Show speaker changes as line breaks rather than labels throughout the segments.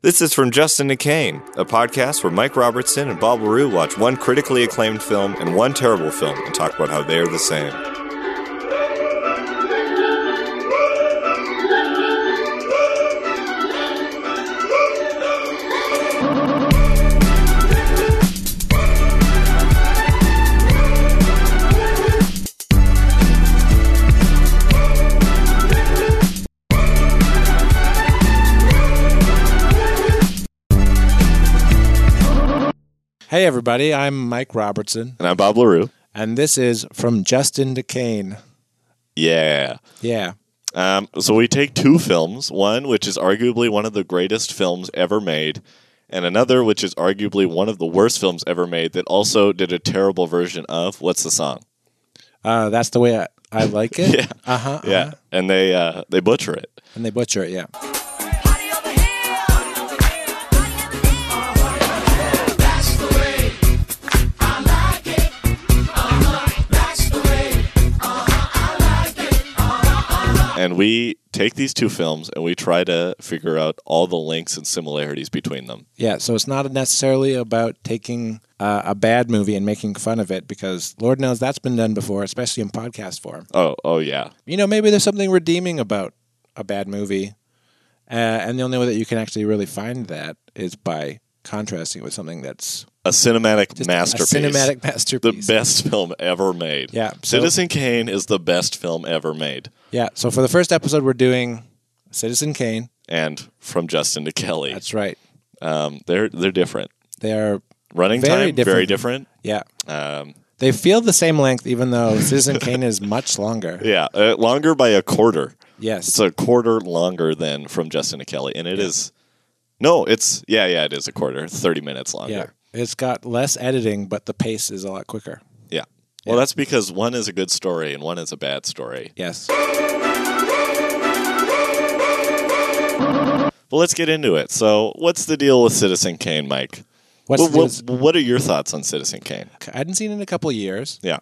This is from Justin to Kane, a podcast where Mike Robertson and Bob LaRue watch one critically acclaimed film and one terrible film and talk about how they are the same.
Hey, everybody, I'm Mike Robertson,
And I'm Bob LaRue.
and this is From Justin to Kane.
Yeah.
Yeah.
Um, so we take two films, one which is arguably one of the greatest films ever made, and another which is arguably one of the worst films ever made that also did a terrible version of What's the Song?
Uh, that's the way I, I like it.
Yeah.
Uh huh.
Yeah. And they uh, they butcher it.
And they butcher it, yeah.
Party over here. That's the way I like it. That's the way.
And we take these two films and we try to figure out all the links and similarities between them.
Yeah, so it's not necessarily about taking uh, a bad movie and making fun of it because Lord knows that's been done before, especially in podcast form.
Oh, oh yeah.
You know, maybe there's something redeeming about a bad movie. Uh, and the only way that you can actually really find that is by contrasting it with something that's
A cinematic masterpiece.
a cinematic
the
masterpiece.
best film ever made.
Yeah, so-
Citizen Kane is the best film ever made.
yeah, so for the first episode, we're doing Citizen Kane.
And from Justin to Kelly.
That's right.
Um, they're they're different.
They are,
Running
Very
time
different.
very different.
yeah.
Um,
They feel the same length, even though Citizen Kane is much longer.
yeah, uh, longer by a quarter.
Yes.
It's a quarter longer than from Justin to Kelly, and it is. No, it's yeah, yeah. It is a quarter, thirty minutes
yeah.
longer.
It's got less editing, but the pace is a lot quicker.
Yeah. Well, that's because one is a good story and one is a bad story.
Yes.
Well, let's get into it. So, what's the deal with Citizen Kane, Mike?
What's
What,
the
what, what are your thoughts on Citizen Kane?
I hadn't seen it in a couple years.
Yeah.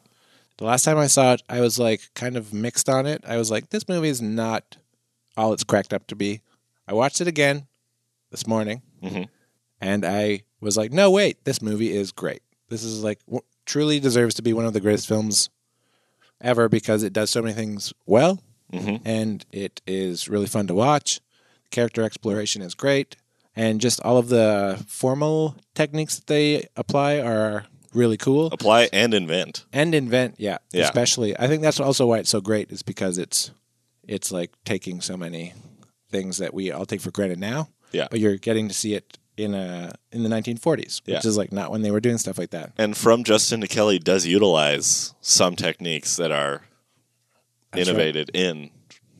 The last time I saw it, I was like kind of mixed on it. I was like, this movie is not all it's cracked up to be. I watched it again this morning,
Mhm.
and I was like, no, wait, this movie is great. This is like w- truly deserves to be one of the greatest films ever because it does so many things well,
Mhm.
and it is really fun to watch. Character exploration is great, and just all of the formal techniques that they apply are really cool
Apply and invent.
and invent yeah,
Yeah.
especially i think that's also why it's so great is because it's it's like taking so many things that we all take for granted now
Yeah.
but you're getting to see it in a in the 1940s
Yeah.
which is like not when they were doing stuff like that
And from Justin to Kelly does utilize some techniques that are
That's right.
innovated in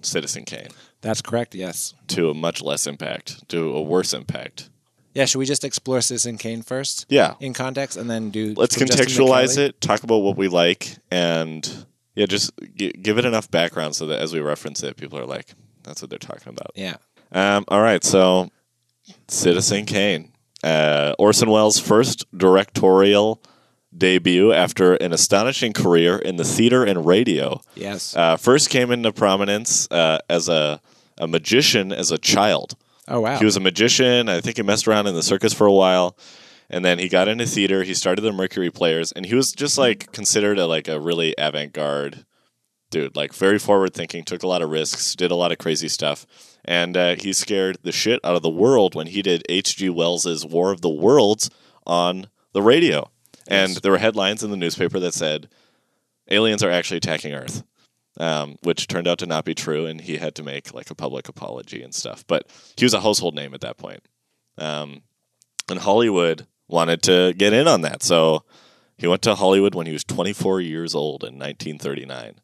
Citizen Kane.
that's correct yes
to a much less impact, to a worse impact.
yeah should we just explore citizen kane first
Yeah.
in context and then do
Let's
from Justin
contextualize
McKelly?
it, talk about what we like, and yeah, just g- give it enough background so that as we reference it, people are like, that's what they're talking about.
yeah
Um, all right, so Citizen Kane, uh, Orson Welles' first directorial debut after an astonishing career in the theater and radio.
yes
Uh, first came into prominence uh, as a, a magician as a child.
oh wow
He was a magician. I think he messed around in the circus for a while, and then he got into theater. He started the Mercury Players, and he was just like considered a like a really avant-garde dude. Like very forward-thinking, took a lot of risks, did a lot of crazy stuff, and uh, he scared the shit out of the world when he did H.G. Wells's War of the Worlds on the radio. And there were headlines in the newspaper that said, "Aliens are actually attacking Earth." um, which turned out to not be true, and he had to make like a public apology and stuff. But he was a household name at that point, um, and Hollywood wanted to get in on that, so he went to Hollywood when he was 24 years old in 1939.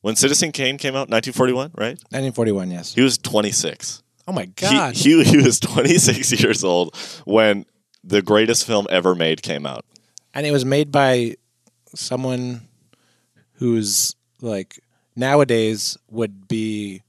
When Citizen Kane came out, 1941, right?
1941 yes
He was 26.
oh my
He-
god
he he was 26 years old when the greatest film ever made came out.
and it was made by someone who's like nowadays would be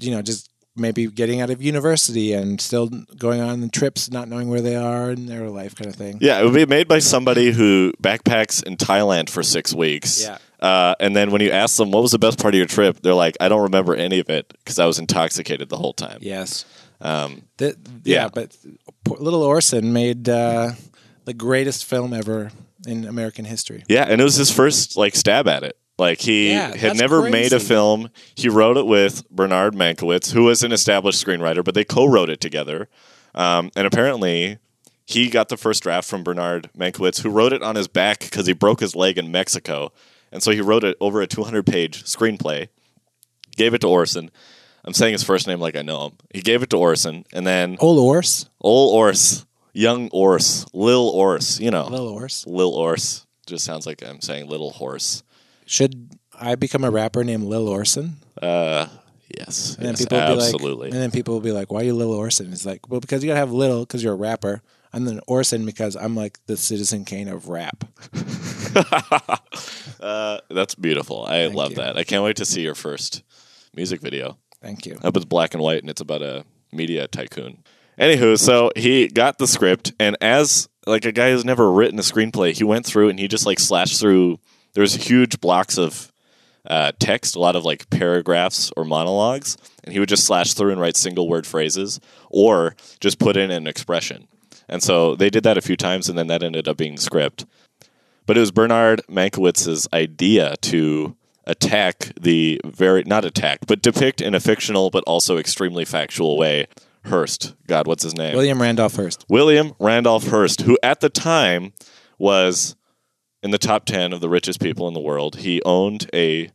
you know just maybe getting out of university and still going on trips not knowing where they are in their life kind of thing
Yeah, it would be made by somebody who backpacks in Thailand for six weeks.
Yeah.
Uh, and then when you ask them what was the best part of your trip, they're like, "I don't remember any of it because I was intoxicated the whole time."
yes
Um,
Th yeah.
Yeah.
but poor Little Orson made uh, the greatest film ever in American history.
Yeah, and it was his first like stab at it. Like he
Yeah,
had
that's
never made a
crazy.
film. He wrote it with Bernard Mankiewicz, who was an established screenwriter, but they co-wrote it together. Um, and apparently, he got the first draft from Bernard Mankiewicz, who wrote it on his back because he broke his leg in Mexico, and so he wrote it over a 200-page screenplay. Gave it to Orson. I'm saying his first name like I know him. He gave it to Orson, and then
Old Orse,
Ol Ors, young Ors, Lil Ors, you know,
Little Orse.
Lil Orse. Just sounds like I'm saying little horse.
Should I become a rapper named Lil Orson?
Uh, yes,
And
yes,
then people will be
absolutely.
like, and then people will be like, "Why are you Lil Orson?" It's like, well, because you gotta have Lil because you're a rapper. I'm then Orson because I'm like the Citizen Kane of rap.
uh, that's beautiful. I
Thank
love
you.
that. I can't wait to see your first music video.
Thank you.
I hope it's black and white and it's about a media tycoon. Anywho, so he got the script, and as like a guy who's never written a screenplay, he went through and he just like slashed through. There's huge blocks of uh, text, a lot of like paragraphs or monologues, and he would just slash through and write single word phrases or just put in an expression. And so they did that a few times, and then that ended up being the script. But it was Bernard Mankiewicz's idea to attack the very not attack, but depict in a fictional but also extremely factual way Hearst. God, what's his name?
William Randolph Hearst.
William Randolph Hearst, who at the time was in the top 10 of the richest people in the world. He owned a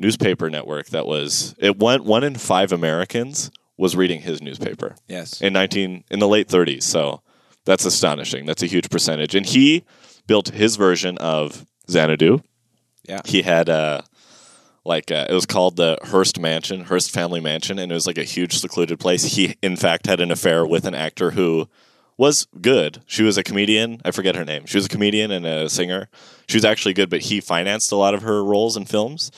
newspaper network that was it went one in 5 Americans was reading his newspaper
Yes.
in 19 in the late 30s so that's astonishing that's a huge percentage and he built his version of xanadu
Yeah.
he had uh like uh, it was called the hearst mansion hearst family mansion and it was like a huge secluded place he in fact had an affair with an actor who was good she was a comedian i forget her name she was a comedian and a singer she was actually good but he financed a lot of her roles in films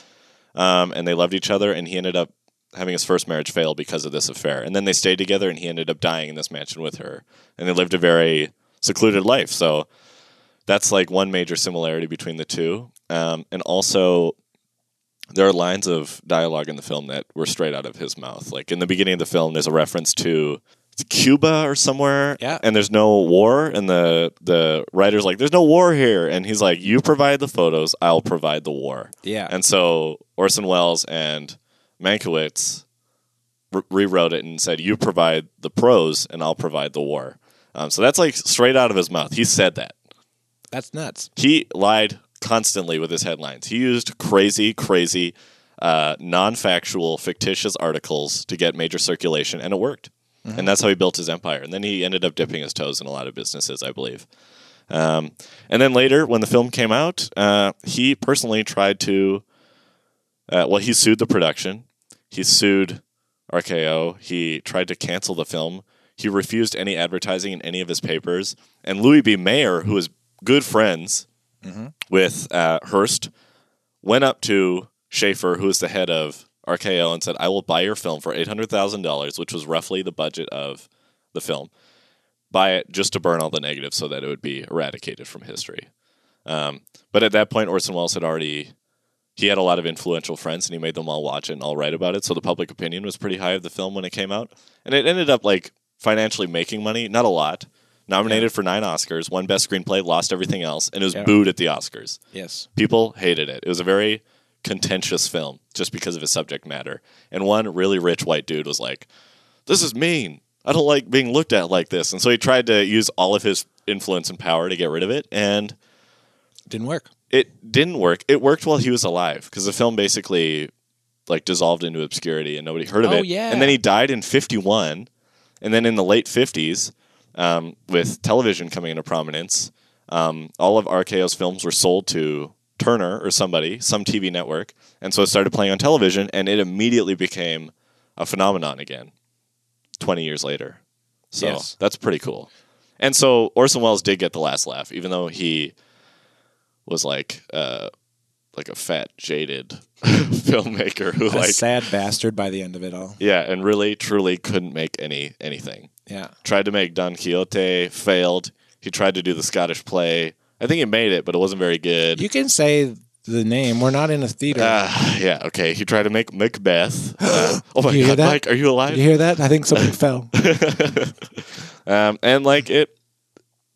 um, and they loved each other and he ended up having his first marriage fail because of this affair and then they stayed together and he ended up dying in this mansion with her and they lived a very secluded life so that's like one major similarity between the two um, and also there are lines of dialogue in the film that were straight out of his mouth like in the beginning of the film there's a reference to Cuba or somewhere,
Yeah.
and there's no war, and the the writer's like, "There's no war here," and he's like, "You provide the photos, I'll provide the war."
Yeah.
And so Orson Welles and Mankiewicz re- rewrote it and said, "You provide the prose, and I'll provide the war." Um, so that's like straight out of his mouth. He said that.
That's nuts.
He lied constantly with his headlines. He used crazy, crazy, uh, non-factual, fictitious articles to get major circulation, and it worked. And that's how he built his empire. And then he ended up dipping his toes in a lot of businesses, I believe. Um, and then later, when the film came out, uh, he personally tried to. Uh, well, he sued the production. He sued RKO. He tried to cancel the film. He refused any advertising in any of his papers. And Louis B. Mayer, who was good friends with uh, Hearst, went up to Schaefer, who was the head of RKO, and said, I will buy your film for $800,000, which was roughly the budget of the film. Buy it just to burn all the negatives so that it would be eradicated from history. Um, but at that point, Orson Welles had already. He had a lot of influential friends, and he made them all watch it and all write about it. So the public opinion was pretty high of the film when it came out, and it ended up like financially making money, not a lot. Nominated for nine Oscars, won Best Screenplay, lost everything else, and it was
Yeah.
booed at the Oscars.
Yes.
People hated it. It was a very contentious film just because of its subject matter. And one really rich white dude was like, This is mean. I don't like being looked at like this. And so he tried to use all of his influence and power to get rid of it. And
Didn't work.
it didn't work. It worked while he was alive because the film basically like dissolved into obscurity and nobody heard of
Oh,
it.
yeah.
And then he died in 51. And then in the late 50s, um, with television coming into prominence, um, all of RKO's films were sold to Turner or somebody, some TV network. And so it started playing on television and it immediately became a phenomenon again 20 years later. So
Yes.
that's pretty cool. And so Orson Welles did get the last laugh, even though he was like uh, like a fat jaded filmmaker who
a
like
sad bastard by the end of it all.
yeah, and really truly couldn't make any anything.
Yeah.
Tried to make Don Quixote, failed. He tried to do the Scottish play. I think he made it, but it wasn't very good.
You can say the name. We're not in a theater.
Ah, yeah, okay. He tried to make Macbeth. Uh, oh my
You hear
god,
that?
Mike, are you alive?
Did you hear that? I think something fell.
um, and like it,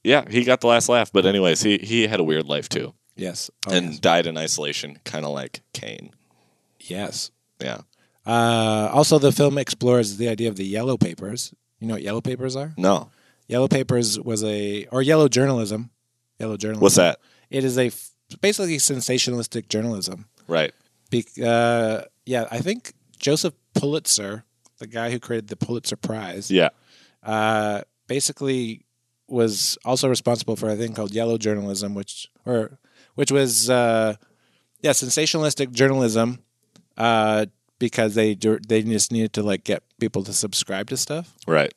yeah, he got the last laugh. But anyways, he he had a weird life too,
Oh, Yes.
and died in isolation, kind of like Cain.
yes.
Yeah,
Uh, also, the film explores the idea of the yellow papers. You know what yellow papers are?
no,
Yellow papers was a or yellow journalism. Yellow journalism.
what's that?
It is a f- basically sensationalistic journalism.
Right.
Be- uh, yeah, I think Joseph Pulitzer, the guy who created the Pulitzer Prize,
Yeah.
uh, basically was also responsible for a thing called yellow journalism, which or which was uh, yeah sensationalistic journalism uh, because they dur- they just needed to like get people to subscribe to stuff.
Right.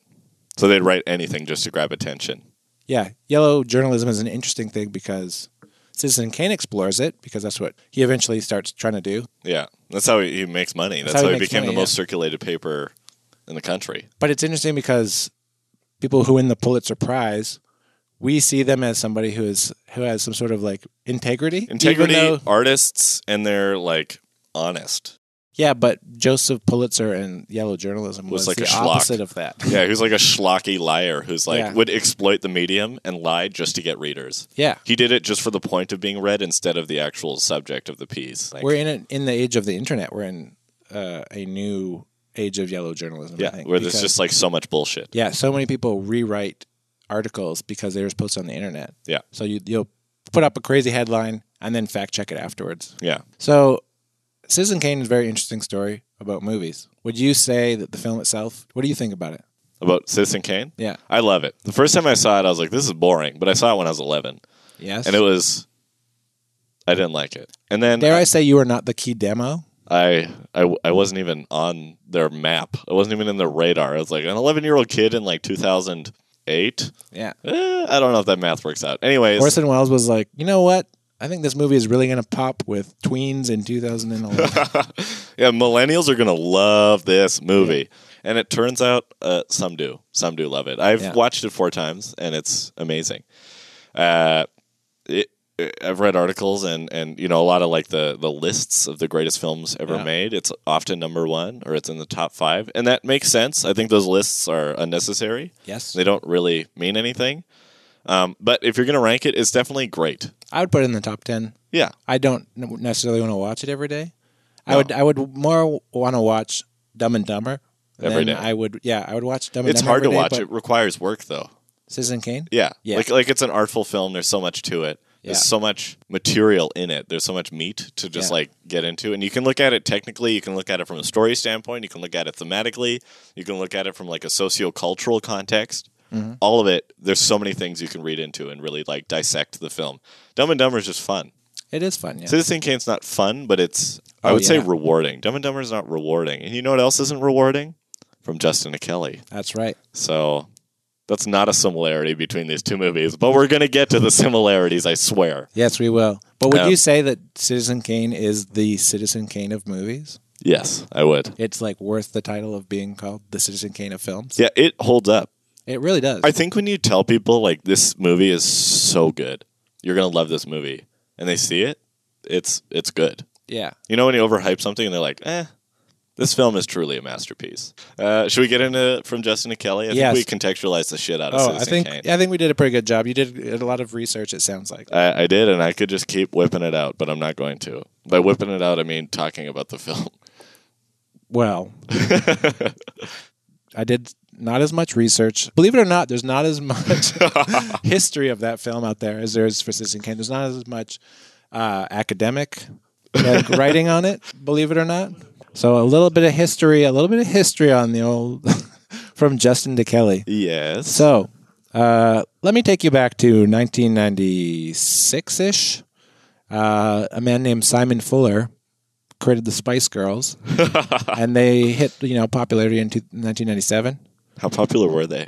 So they'd write anything just to grab attention.
Yeah, yellow journalism is an interesting thing because Citizen Kane explores it because that's what he eventually starts trying to do.
Yeah, that's how he he makes money. That's,
how
how
he
he,
makes
became
money,
the most circulated paper in the country.
But it's interesting because people who win the Pulitzer Prize, we see them as somebody who is who has some sort of like integrity. even
Integrity,
though-
artists, and they're like honest.
yeah, but Joseph Pulitzer and yellow journalism
Was
was,
like
the
a schlock.
opposite of that.
Yeah, who's like a schlocky liar who's like
Yeah.
would exploit the medium and lie just to get readers.
Yeah.
He did it just for the point of being read instead of the actual subject of the piece. Like,
We're in a, in the age of the internet. We're in uh, a new age of yellow journalism. I
yeah,
think,
where there's
because-
just like so much bullshit.
yeah, so many people rewrite articles because they were supposed to on the internet.
Yeah.
So you, you'll put up a crazy headline and then fact check it afterwards.
Yeah.
So, Citizen Kane is a very interesting story about movies. Would you say that the film itself? What do you think about it?
About Citizen Kane?
Yeah.
I love it. The first time I saw it, I was like, this is boring, but I saw it when I was 11.
Yes.
And it was, I didn't like it. And then
Dare I say you are not the key demo?
I, I, I wasn't even on their map. I wasn't even in their radar. I was like an 11 year old kid in like 2008.
Yeah.
Eh, I don't know if that math works out. Anyways,
Orson Welles was like, you know what? I think this movie is really going to pop with tweens in 2011.
yeah, millennials are gonna love this movie, and it turns out uh, some do, some do love it. I've
Yeah.
watched it four times, and it's amazing. Uh, it, it- I've read articles and and you know a lot of like the the lists of the greatest films ever
Yeah.
made. It's often number one or it's in the top five, and that makes sense. I think those lists are unnecessary.
yes.
They don't really mean anything. Um, but if you're gonna rank it, it's definitely great.
I would put it in the top 10.
Yeah,
I don't n- necessarily want to watch it every day. I
No.
would I would more want to watch Dumb and Dumber. and
Every
then
day.
I would yeah, I would watch Dumb and
it's
Dumber.
hard to
every day,
watch.
but
It requires work though.
Citizen Kane?
Yeah.
Yeah.
Like like it's an artful film. There's so much to it.
Yeah.
There's so much material in it. There's so much meat to just
Yeah.
like get into. And you can look at it technically, you can look at it from a story standpoint, you can look at it thematically, you can look at it from like a sociocultural context.
Mm-hmm.
All of it, there's so many things you can read into and really like dissect the film. Dumb and Dumber is just fun.
It is fun, yeah.
Citizen Kane's not fun, but it's I
Oh,
would say
yeah.
rewarding. Dumb and Dumber is not rewarding. And you know what else isn't rewarding? From Justin and Kelly.
That's right.
So that's not a similarity between these two movies, but we're going to get to the similarities, I swear.
Yes, we will. But would
Um,
you say that Citizen Kane is the Citizen Kane of movies?
Yes, I would.
It's like worth the title of being called the Citizen Kane of films.
Yeah, it holds up.
It really does.
I think when you tell people like this movie is so good, you're going to love this movie and they see it, it's it's good.
yeah.
You know when you overhype something and they're like, "Eh, this film is truly a masterpiece." Uh, should we get into from Justin to Kelly? I
Yes.
think we contextualize the shit out of
Oh, I
Citizen
think
Kane.
I think we did a pretty good job. You did a lot of research. It sounds like
I, I did, and I could just keep whipping it out, but I'm not going to. By whipping it out, I mean talking about the film.
well, I did not as much research. Believe it or not, there's not as much history of that film out there as there is for Citizen Kane. There's not as much uh, academic like, writing on it. Believe it or not. So a little bit of history, a little bit of history on the old from Justin to Kelly.
Yes.
So uh, let me take you back to 1996 ish. Uh, a man named Simon Fuller created the Spice Girls, and they hit you know popularity in two- 1997.
How popular were they?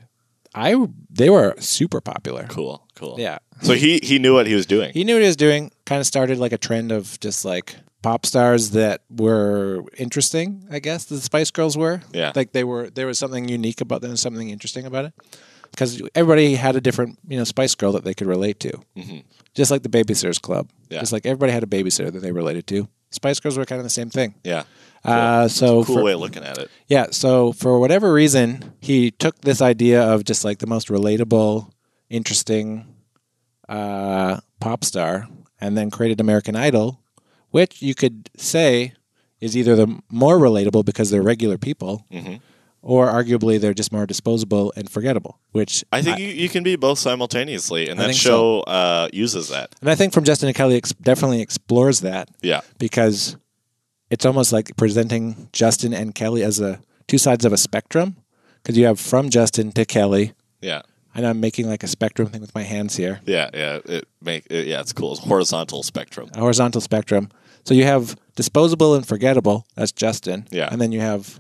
I they were super popular.
Cool, cool.
Yeah,
So he he knew what he was doing.
he knew what he was doing. Kind of started like a trend of just like pop stars that were interesting. I guess the Spice Girls were.
Yeah.
like they were. There was something unique about them, something interesting about it. because everybody had a different you know Spice Girl that they could relate to,
Mhm.
just like the Babysitters Club.
Yeah.
Just like everybody had a babysitter that they related to. Spice Girls were kind of the same thing.
Yeah.
Uh, so
Cool
for-
way of looking at it.
yeah, so for whatever reason, he took this idea of just like the most relatable, interesting uh, pop star and then created American Idol, which you could say is either the more relatable because they're regular people
Mhm.
or arguably they're just more disposable and forgettable, which
I think you, you can be both simultaneously, and
I
that
think
show uh, uses that.
and I think from Justin and Kelly ex- definitely explores that
Yeah.
because it's almost like presenting Justin and Kelly as a two sides of a spectrum because you have from Justin to Kelly
Yeah.
I know I'm making like a spectrum thing with my hands here,
Yeah. Yeah. It make it, yeah. It's cool. It's horizontal spectrum.
a horizontal spectrum. So you have disposable and forgettable. That's Justin.
Yeah.
And then you have,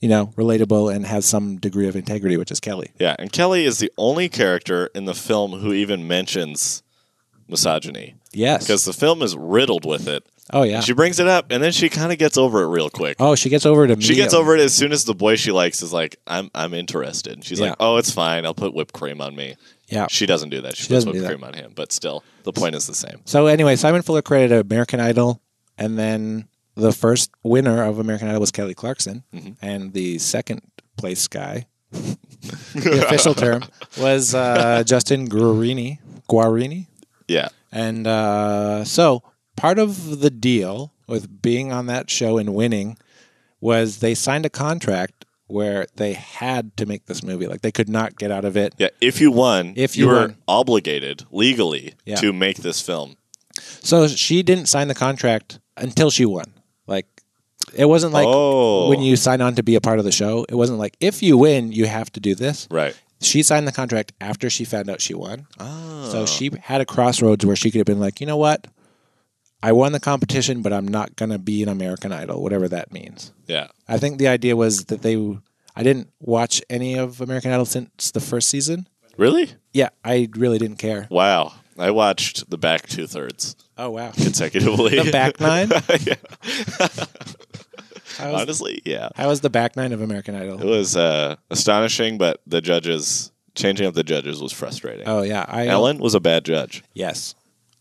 you know, relatable and has some degree of integrity, which is Kelly.
Yeah. And Kelly is the only character in the film who even mentions misogyny
Yes.
because the film is riddled with it.
oh yeah.
She brings it up, and then she kind of gets over it real quick.
oh, she gets over it
She
immediately.
gets over it as soon as the boy she likes is like, "I'm I'm interested." And she's
Yeah.
like, "Oh, it's fine. I'll put whipped cream on me."
Yeah.
She doesn't do that. She, puts
doesn't
whipped
do that.
cream on him, but still, the point is the same.
So anyway, Simon Fuller created American Idol, and then the first winner of American Idol was Kelly Clarkson,
Mm-hmm.
and the second place guy, the official term was uh, Justin Guarini. Guarini.
Yeah,
And uh, so part of the deal with being on that show and winning was they signed a contract where they had to make this movie. Like they could not get out of it.
yeah. If you won,
If you
were
won.
obligated legally
Yeah.
to make this film.
So she didn't sign the contract until she won. Like it wasn't like
Oh.
when you sign on to be a part of the show. It wasn't like if you win, you have to do this.
Right.
She signed the contract after she found out she won.
Oh.
So she had a crossroads where she could have been like, you know what? I won the competition, but I'm not going to be an American Idol, whatever that means.
Yeah.
I think the idea was that they, I didn't watch any of American Idol since the first season.
Really?
Yeah, I really didn't care.
Wow. I watched the back two thirds
Oh, wow.
consecutively.
The back nine?
Yeah.
How was,
Honestly, yeah.
how was the back nine of American
It
Idol?
was uh, astonishing, but the judges changing up the judges was frustrating.
Oh, yeah. I,
Ellen was a bad judge.
Yes.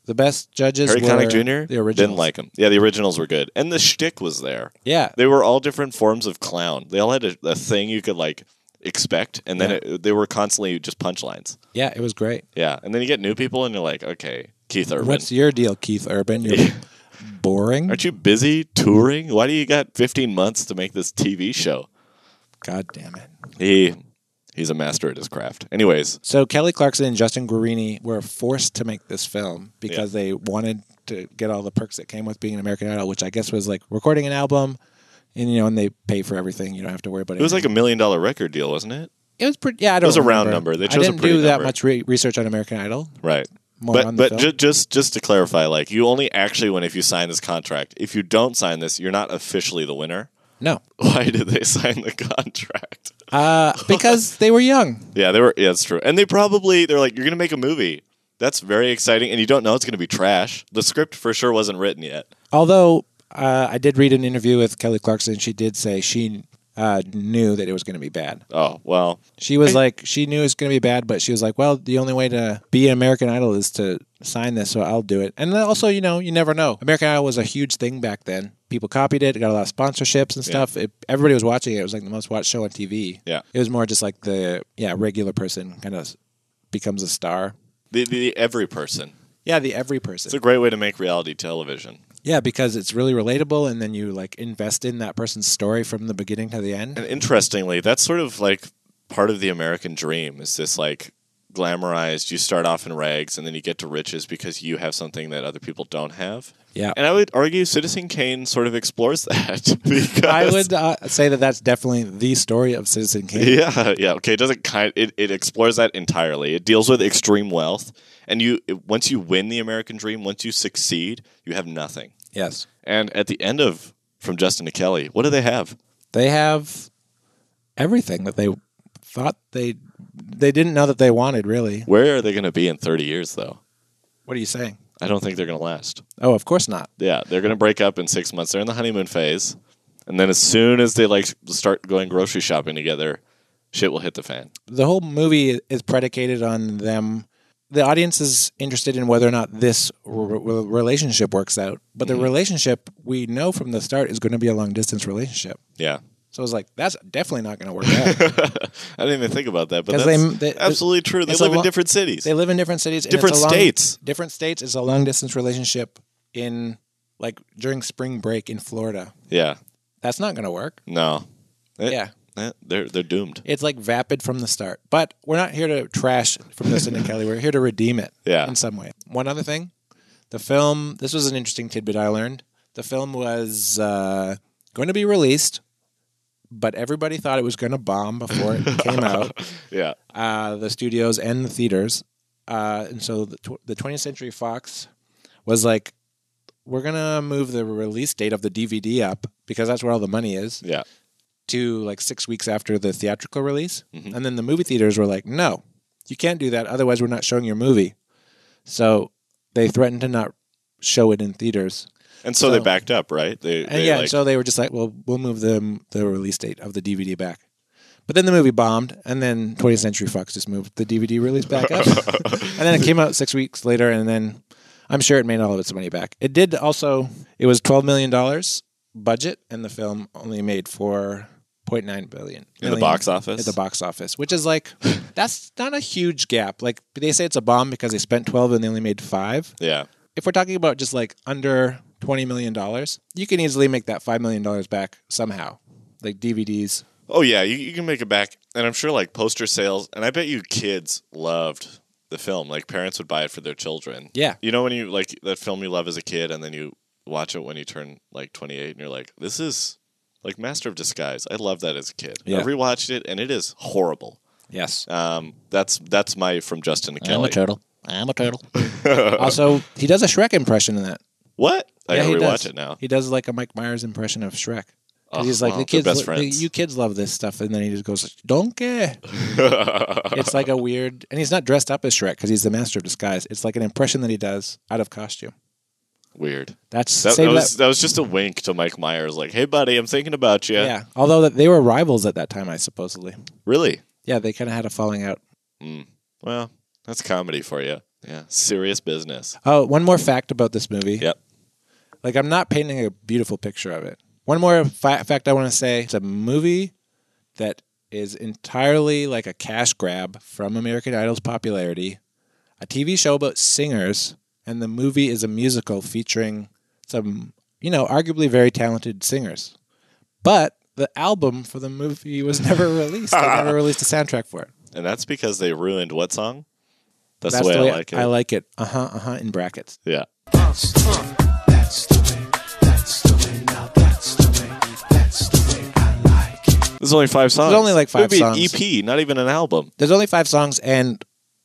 The best judges
Harry
were
Connick Jr.
the originals.
didn't like him. Yeah, the originals were good, and the shtick was there.
Yeah.
They were all different forms of clown. They all had a, a thing you could like expect, and then
Yeah.
it, they were constantly just punchlines.
Yeah, it was great.
Yeah, and then you get new people, and you're like, okay, Keith Urban,
What's your deal, Keith Urban? You're boring?
aren't you busy touring? Why do you got 15 months to make this TV show?
God damn it.
He he's a master at his craft. Anyways,
So Kelly Clarkson and Justin Guarini were forced to make this film because they wanted to get all the perks that came with being an American Idol, which I guess was like recording an album, and you know, and they pay for everything. You don't have to worry about it.
it was like a million dollar record deal, wasn't it?
it was pretty. Yeah, I don't.
was a round
remember.
number. They
I
chose a
didn't
pretty
do that
number.
much re- research on American Idol.
Right.
More
but
on the
but
film.
ju- just just to clarify, like you only actually win if you sign this contract. If you don't sign this, you're not officially the winner.
No,
Why did they sign the contract?
uh, because they were young.
Yeah, they were. Yeah, it's true. And they probably they're like, you're gonna make a movie. That's very exciting, and you don't know it's gonna be trash. The script for sure wasn't written yet.
Although uh, I did read an interview with Kelly Clarkson, she did say she uh, knew that it was going to be bad.
Oh well,
She was like, she knew it was going to be bad, but she was like, well, the only way to be an American Idol is to sign this, so I'll do it. And then also, you know, you never know. American Idol was a huge thing back then. People copied it, it got a lot of sponsorships and stuff. It, everybody was watching it. It was like the most watched show on TV.
Yeah.
It was more just like the, yeah, regular person kind of becomes a star.
the, the, the every person.
Yeah, the every
It's a
person.
great way to make reality television.
Yeah, because it's really relatable, and then you like invest in that person's story from the beginning to the end.
And interestingly, that's sort of like part of the American dream is this like glamorized, you start off in rags and then you get to riches because you have something that other people don't have.
Yeah.
And I would argue Citizen Kane sort of explores that because
I would uh, say that that's definitely the story of Citizen Kane.
yeah, yeah. Okay, it doesn't kind it, it explores that entirely. It deals with extreme wealth and you it- once you win the American dream, once you succeed, you have nothing.
Yes.
And at the end of from Justin to Kelly, what do they have?
they have everything that they thought they they didn't know that they wanted really
Where are they going to be in 30 years though?
what are you saying
I don't think they're going to last.
oh of course not
yeah, they're gonna break up in six months. They're in the honeymoon phase, and then as soon as they like start going grocery shopping together, shit will hit the fan.
the whole movie is predicated on them. The audience is interested in whether or not this r- r- relationship works out, but the relationship we know from the start is going to be a long distance relationship.
Yeah.
So I was like, that's definitely not going to work out.
I didn't even think about that, but
'Cause
that's
they- they-
absolutely true. They
it's a
live in
lo-
different cities.
they live in different cities, and it's
Different
a long-
states.
Different states is a long distance relationship in like during spring break in Florida.
yeah.
That's not going to work.
No. Eh,
Yeah.
eh, they're they're doomed.
It's like vapid from the start. But we're not here to trash from this and Kelly. We're here to redeem it
Yeah.
in some way. One other thing, the film. This was an interesting tidbit I learned. The film was uh, going to be released, but everybody thought it was going to bomb before it came out.
Yeah.
Uh, the studios and the theaters, uh, and so the, tw- the 20th Century Fox was like, "We're gonna move the release date of the DVD up because that's where all the money is."
Yeah.
to like six weeks after the theatrical release.
Mhm.
And then the movie theaters were like, no, you can't do that. Otherwise, we're not showing your movie. So they threatened to not show it in theaters.
And so, they
So-
backed up, right? They,
And
they,
yeah,
like,
so they were just like, well, we'll move the, the release date of the DVD back. But then the movie bombed, and then 20th Century Fox just moved the DVD release back up. and then it came out six weeks later, and then I'm sure it made all of its money back. It did also, it was $12 million budget, and the film only made $4.9 billion.
in the box office.
At the box office, which is like, that's not a huge gap. Like, they say it's a bomb because they spent 12 and they only made five
yeah.
if we're talking about just like under twenty million dollars, you can easily make that five million dollars back somehow, like DVDs.
Oh yeah, you, you can make it back, and I'm sure like poster sales, and I bet you kids loved the film. Like parents would buy it for their children.
Yeah.
you know when you like that film you love as a kid, and then you watch it when you turn like 28, and you're like, this is like Master of Disguise. I loved that as a kid.
Yeah.
I rewatched it, and it is horrible.
Yes,
Um, that's that's my from Justin to Kelly.
turtle. I'm a turtle.
Uh,
also, he does a Shrek impression in that.
What? I
he
gotta rewatch
does.
it now.
He does like a Mike Myers impression of Shrek. 'Cause
Oh,
he's like
wow,
the
they're
kids,
best
lo- the-
friends."
you kids love this stuff, and then he just goes, "Donkey." it's like a weird, and he's not dressed up as Shrek because he's the master of disguise. It's like an impression that he does out of costume.
Weird.
That's
That, that
save
was that was just a wink to Mike Myers. Like, hey buddy, I'm thinking about you.
yeah. yeah. Although that they were rivals at that time, I supposedly.
Really. Hmm.
Yeah, they kind of had a falling out.
Well, that's comedy for you. Yeah, serious business.
Oh, one more fact about this movie.
Yep.
Like, I'm not painting a beautiful picture of it. One more fa- fact I want to say it's a movie that is entirely like a cash grab from American Idol's popularity, a TV show about singers, and the movie is a musical featuring some, you know, arguably very talented singers. But the album for the movie was never released. they never released a soundtrack for it.
And that's because they ruined what song? That's, the way, I like it.
I like it. Uh huh, uh huh, in brackets.
yeah.
That's the way, that's the way, now that's the way, that's the way I like it.
There's only five songs.
only like five
It'd be
songs.
an EP, not even an album.
There's only five songs, and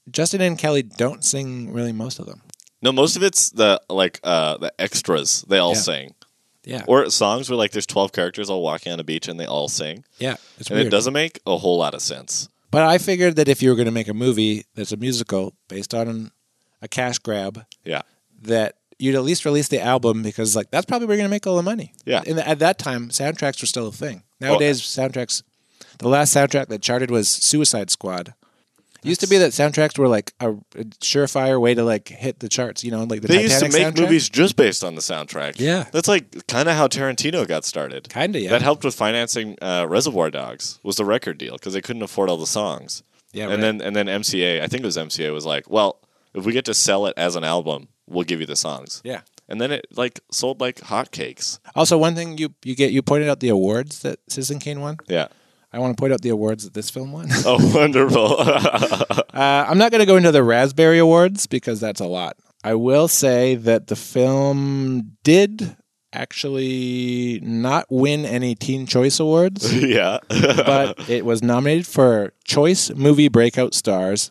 Justin and Kelly don't sing really most of them.
No, most of it's the like uh the extras they all
Yeah.
sing.
Yeah,
Or songs where like there's twelve characters all walking on a beach and they all sing.
yeah, it's
And
weird.
it doesn't make a whole lot of sense.
But I figured that if you were going to make a movie that's a musical based on a cash grab,
Yeah.
that you'd at least release the album because like that's probably where you're going to make all the money.
Yeah.
And at that time, soundtracks were still a thing. Nowadays, soundtracks. The last soundtrack that charted was Suicide Squad. It used to be that soundtracks were like a a surefire way to like hit the charts. You know, like the
They
Titanic
used to make
soundtrack.
movies just based on the soundtrack.
Yeah.
That's like kind of how Tarantino got started.
Kinda, yeah.
That helped with financing uh, Reservoir Dogs was the record deal because they couldn't afford all the songs.
Yeah,
and
right.
then and then MCA, I think it was MCA, was like, well, if we get to sell it as an album, we'll give you the songs.
Yeah.
And then it like sold like hotcakes.
Also, one thing you you get you pointed out the awards that Citizen Kane won.
Yeah.
I want to point out the awards that this film won. uh,
Oh, wonderful.
I'm not going to go into the Raspberry Awards because that's a lot. I will say that the film did actually not win any Teen Choice Awards,
yeah.
but it was nominated for Choice Movie Breakout Stars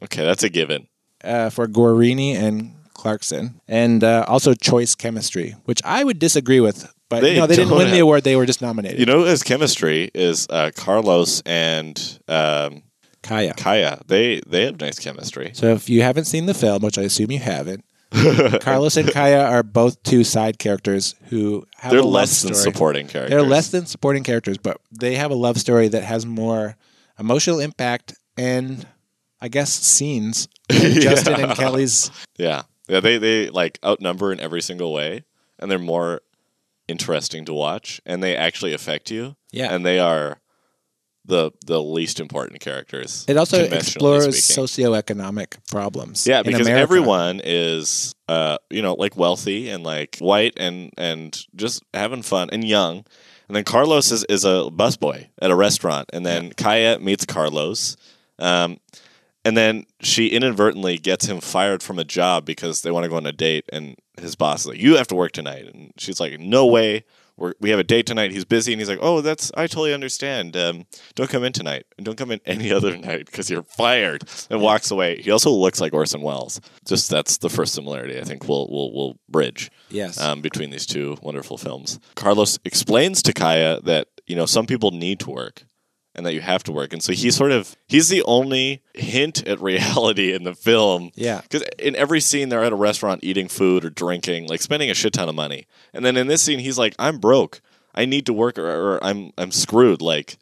okay, that's a given.
uh, for Guarini and Clarkson, and uh, also Choice Chemistry, which I would disagree with. But
They
no, they didn't
don't
win the
have-
award; they were just nominated.
You know, his chemistry is uh, Carlos and um,
Kaya.
Kaya. They they have nice chemistry.
So if you haven't seen the film, which I assume you haven't, Carlos and Kaya are both two side characters who have
They're
a love
less than
story.
supporting characters.
They're less than supporting characters, but they have a love story that has more emotional impact and I guess scenes. with Justin and Kelly's
Yeah. Yeah, they they like outnumber in every single way and they're more interesting to watch and they actually affect you.
Yeah.
And they are the the least important characters.
it also
conventionally
explores
speaking.
socioeconomic problems.
Yeah,
in
because
America.
everyone is uh you know, like wealthy and like white and and just having fun and young. And then Carlos is, is a busboy at a restaurant and then Kaya meets Carlos. Um and then she inadvertently gets him fired from a job because they want to go on a date and his boss is like you have to work tonight and she's like no way We're, we have a date tonight he's busy and he's like oh that's i totally understand um, don't come in tonight and don't come in any other night because you're fired and walks away he also looks like orson welles just that's the first similarity i think we'll, we'll, we'll bridge
Yes.
um, between these two wonderful films. Carlos explains to Kaya that you know some people need to work and that you have to work, and so he sort of he's the only hint at reality in the film.
Yeah.
because in every scene they're at a restaurant eating food or drinking, like spending a shit ton of money, and then in this scene he's like, "I'm broke. I need to work, or, or I'm I'm screwed. Like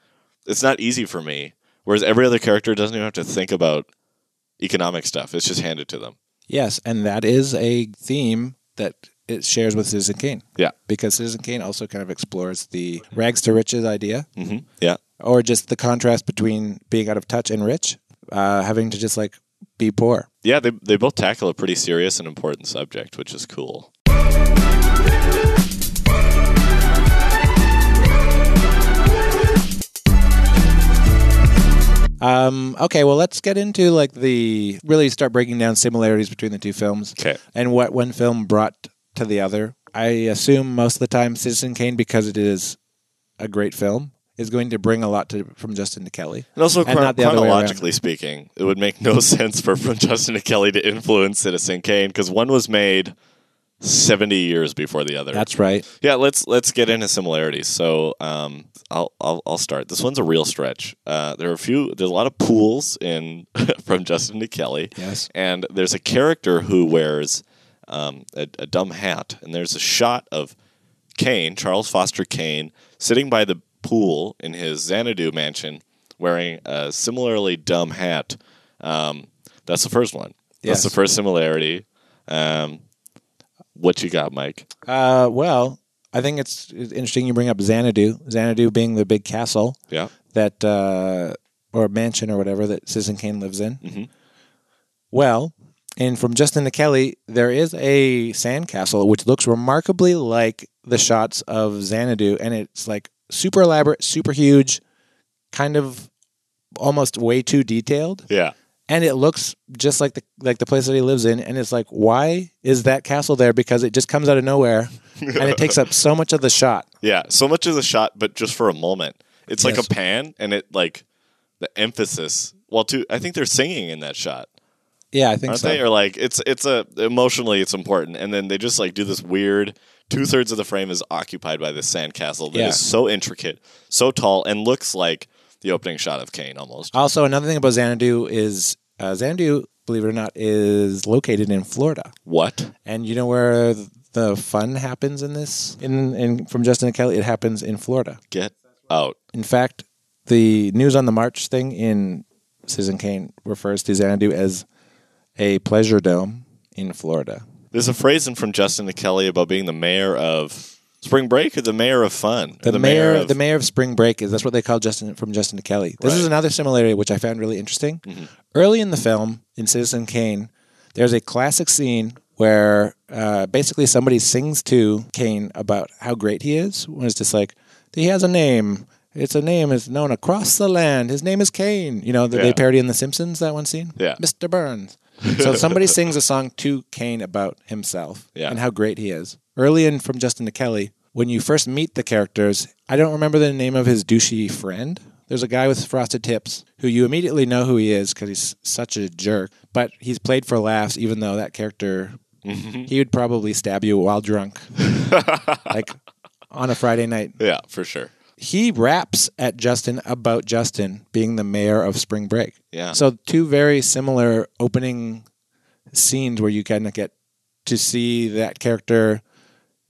it's not easy for me." Whereas every other character doesn't even have to think about economic stuff; it's just handed to them.
Yes, and that is a theme that it shares with Citizen Kane.
Yeah.
Because Citizen Kane also kind of explores the rags to riches idea,
hmm Yeah.
or just the contrast between being out of touch and rich, uh, having to just like be poor.
yeah, they, they both tackle a pretty serious and important subject, which is cool.
Um, okay, well, let's get into like the really start breaking down similarities between the two films
Okay.
and what one film brought to the other. I assume most of the time Citizen Kane, because it is a great film, is going to bring a lot to, from Justin to Kelly.
And also,
And
chron-
not the other way around.
chronologically speaking, it would make no sense for From Justin to Kelly to influence Citizen Kane because one was made 70 years before the other.
That's right.
yeah, let's let's get into similarities. So um, I'll, I'll, I'll start. This one's a real stretch. Uh, there are a few, there's a lot of pools in From Justin to Kelly.
Yes.
And there's a character who wears um, a, a dumb hat, and there's a shot of Kane, Charles Foster Kane, sitting by the pool in his Xanadu mansion, wearing a similarly dumb hat. Um, that's the first one.
Yes.
That's the first similarity. Um, what you got, Mike?
Uh, well, I think it's, it's interesting you bring up Xanadu. Xanadu being the big castle
Yeah.
that, uh, or mansion or whatever that Citizen Kane lives in.
Mhm.
Well, and from Justin to Kelly, there is a sandcastle which looks remarkably like the shots of Xanadu, and it's like super elaborate, super huge, kind of almost way too detailed
Yeah.
and it looks just like the like the place that he lives in and it's like why is that castle there because it just comes out of nowhere and it takes up so much of the shot
Yeah, so much of the shot, but just for a moment. It's like
Yes.
a pan, and it like the emphasis. Well, too, I think they're singing in that shot,
yeah i think
aren't
so
they? Or like it's it's a emotionally it's important, and then they just like do this weird. Two thirds of the frame is occupied by this sandcastle that is
Yeah.
so intricate, so tall, and looks like the opening shot of Kane almost.
also another thing about xanadu is uh, xanadu believe it or not is located in florida
What?
and you know where the fun happens in this in, in from justin and kelly it happens in florida
Get out!
in fact the news on the march thing in citizen kane refers to xanadu as a pleasure dome in florida
There's a phrase in from Justin to Kelly about being the mayor of Spring Break or the mayor of fun. Or
the, mayor,
of
the mayor of Spring Break is that's what they call Justin from Justin to Kelly.
Right.
This is
Mm-hmm.
another similarity which I found really interesting. Early in the film, in Citizen Kane, there's a classic scene where uh, basically somebody sings to Kane about how great he is. When it's just like he has a name. It's a name is known across the land. His name is Kane. You know that they
Yeah.
parody in The Simpsons that one scene.
Yeah.
Mr. Burns. So somebody sings a song to Kane about himself
Yeah.
and how great he is. Early in from Justin to Kelly, when you first meet the characters, I don't remember the name of his douchey friend. There's a guy with frosted tips who you immediately know who he is because he's such a jerk, but he's played for laughs, even though that character, he would probably stab you while drunk, like on a Friday night.
yeah, for sure.
He raps at Justin about Justin being the mayor of Spring Break.
Yeah.
So two very similar opening scenes where you kind of get to see that character.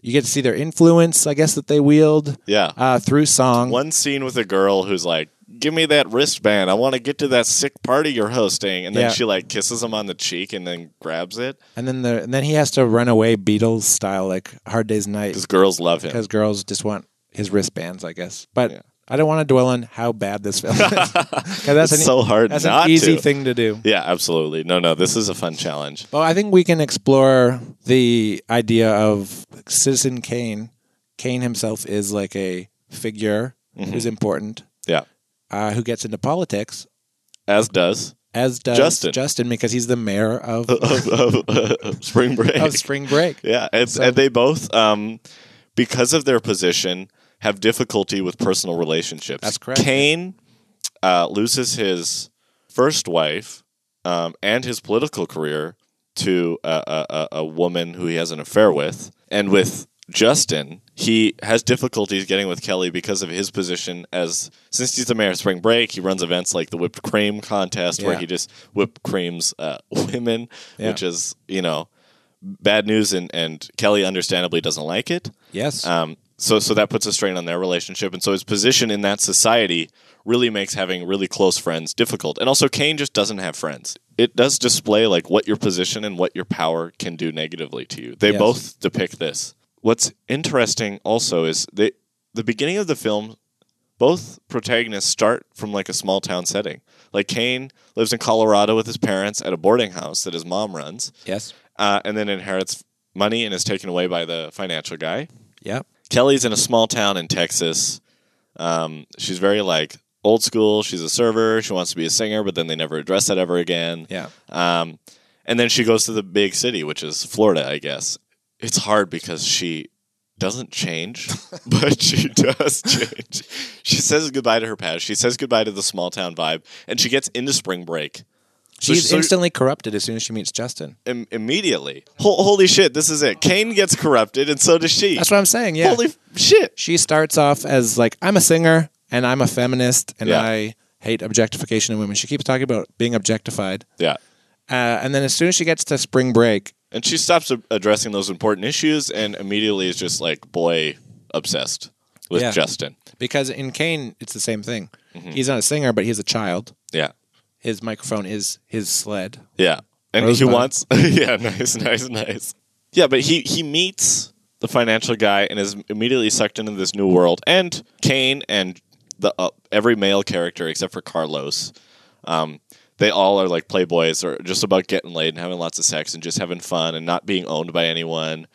You get to see their influence, I guess, that they wield
Yeah.
uh, through song.
one scene with a girl who's like give me that wristband. I want to get to that sick party you're hosting. And then
Yeah.
she like kisses him on the cheek and then grabs it.
And then the and then he has to run away Beatles style, like Hard Day's Night,
Because girls love him.
because girls just want his wristbands, I guess. But
Yeah.
I don't want to dwell on how bad this film is. 'Cause that's
It's
an, e,
so hard
that's
not
an easy
to.
thing to do.
Yeah, absolutely. No, no, this is a fun challenge.
Well, I think we can explore the idea of Citizen Kane. Kane himself is like a figure
Mm-hmm.
who's important,
Yeah,
uh, who gets into politics,
as does
as does
Justin.
Justin because he's the mayor of,
of, of, of spring break.
of Spring Break.
yeah, it's, and they both, um, because of their position, have difficulty with personal relationships.
That's correct.
Kane uh, loses his first wife um, and his political career to a, a, a, a woman who he has an affair with, and with. Justin, he has difficulties getting with Kelly because of his position as since he's the mayor of Spring Break, he runs events like the whipped cream contest where
Yeah.
he just whipped creams uh, women,
Yeah.
which is you know bad news, and, and Kelly understandably doesn't like it.
Yes.
Um, so so that puts a strain on their relationship, and so his position in that society really makes having really close friends difficult. And also, Kane just doesn't have friends. It does display like what your position and what your power can do negatively to you. They
Yes.
both depict this. What's interesting also is the the beginning of the film. Both protagonists start from like a small town setting. Like Kane lives in Colorado with his parents at a boarding house that his mom runs,
yes.
uh, and then inherits money and is taken away by the financial guy.
Yeah.
Kelly's in a small town in Texas. Um, she's very like old school. She's a server. She wants to be a singer, but then they never address that ever again.
Yeah.
Um, and then she goes to the big city, which is Florida, I guess. It's hard because she doesn't change, but she does change. She says goodbye to her past. She says goodbye to the small town vibe, and she gets into spring break. So
She's
she- so-
instantly corrupted as soon as she meets Justin.
Im- immediately. Ho- holy shit, this is it. Kane gets corrupted, and so does she.
That's what I'm saying. Yeah.
Holy f- shit.
she starts off as like I'm a singer and I'm a feminist and
Yeah.
I hate objectification of women. She keeps talking about being objectified,
Yeah.
uh, and then as soon as she gets to spring break,
And she stops a- addressing those important issues and immediately is just like boy obsessed with
Yeah.
Justin.
because in Kane it's the same thing. He's not a singer, but he's a child.
Mm-hmm. Yeah.
His microphone is his sled.
Yeah. And
Rosebud.
he wants Yeah, nice, nice, nice. Yeah, but he he meets the financial guy and is immediately sucked into this new world. And Kane and the uh, every male character except for Carlos, um, they all are like playboys or just about getting laid and having lots of sex and just having fun and not being owned by anyone.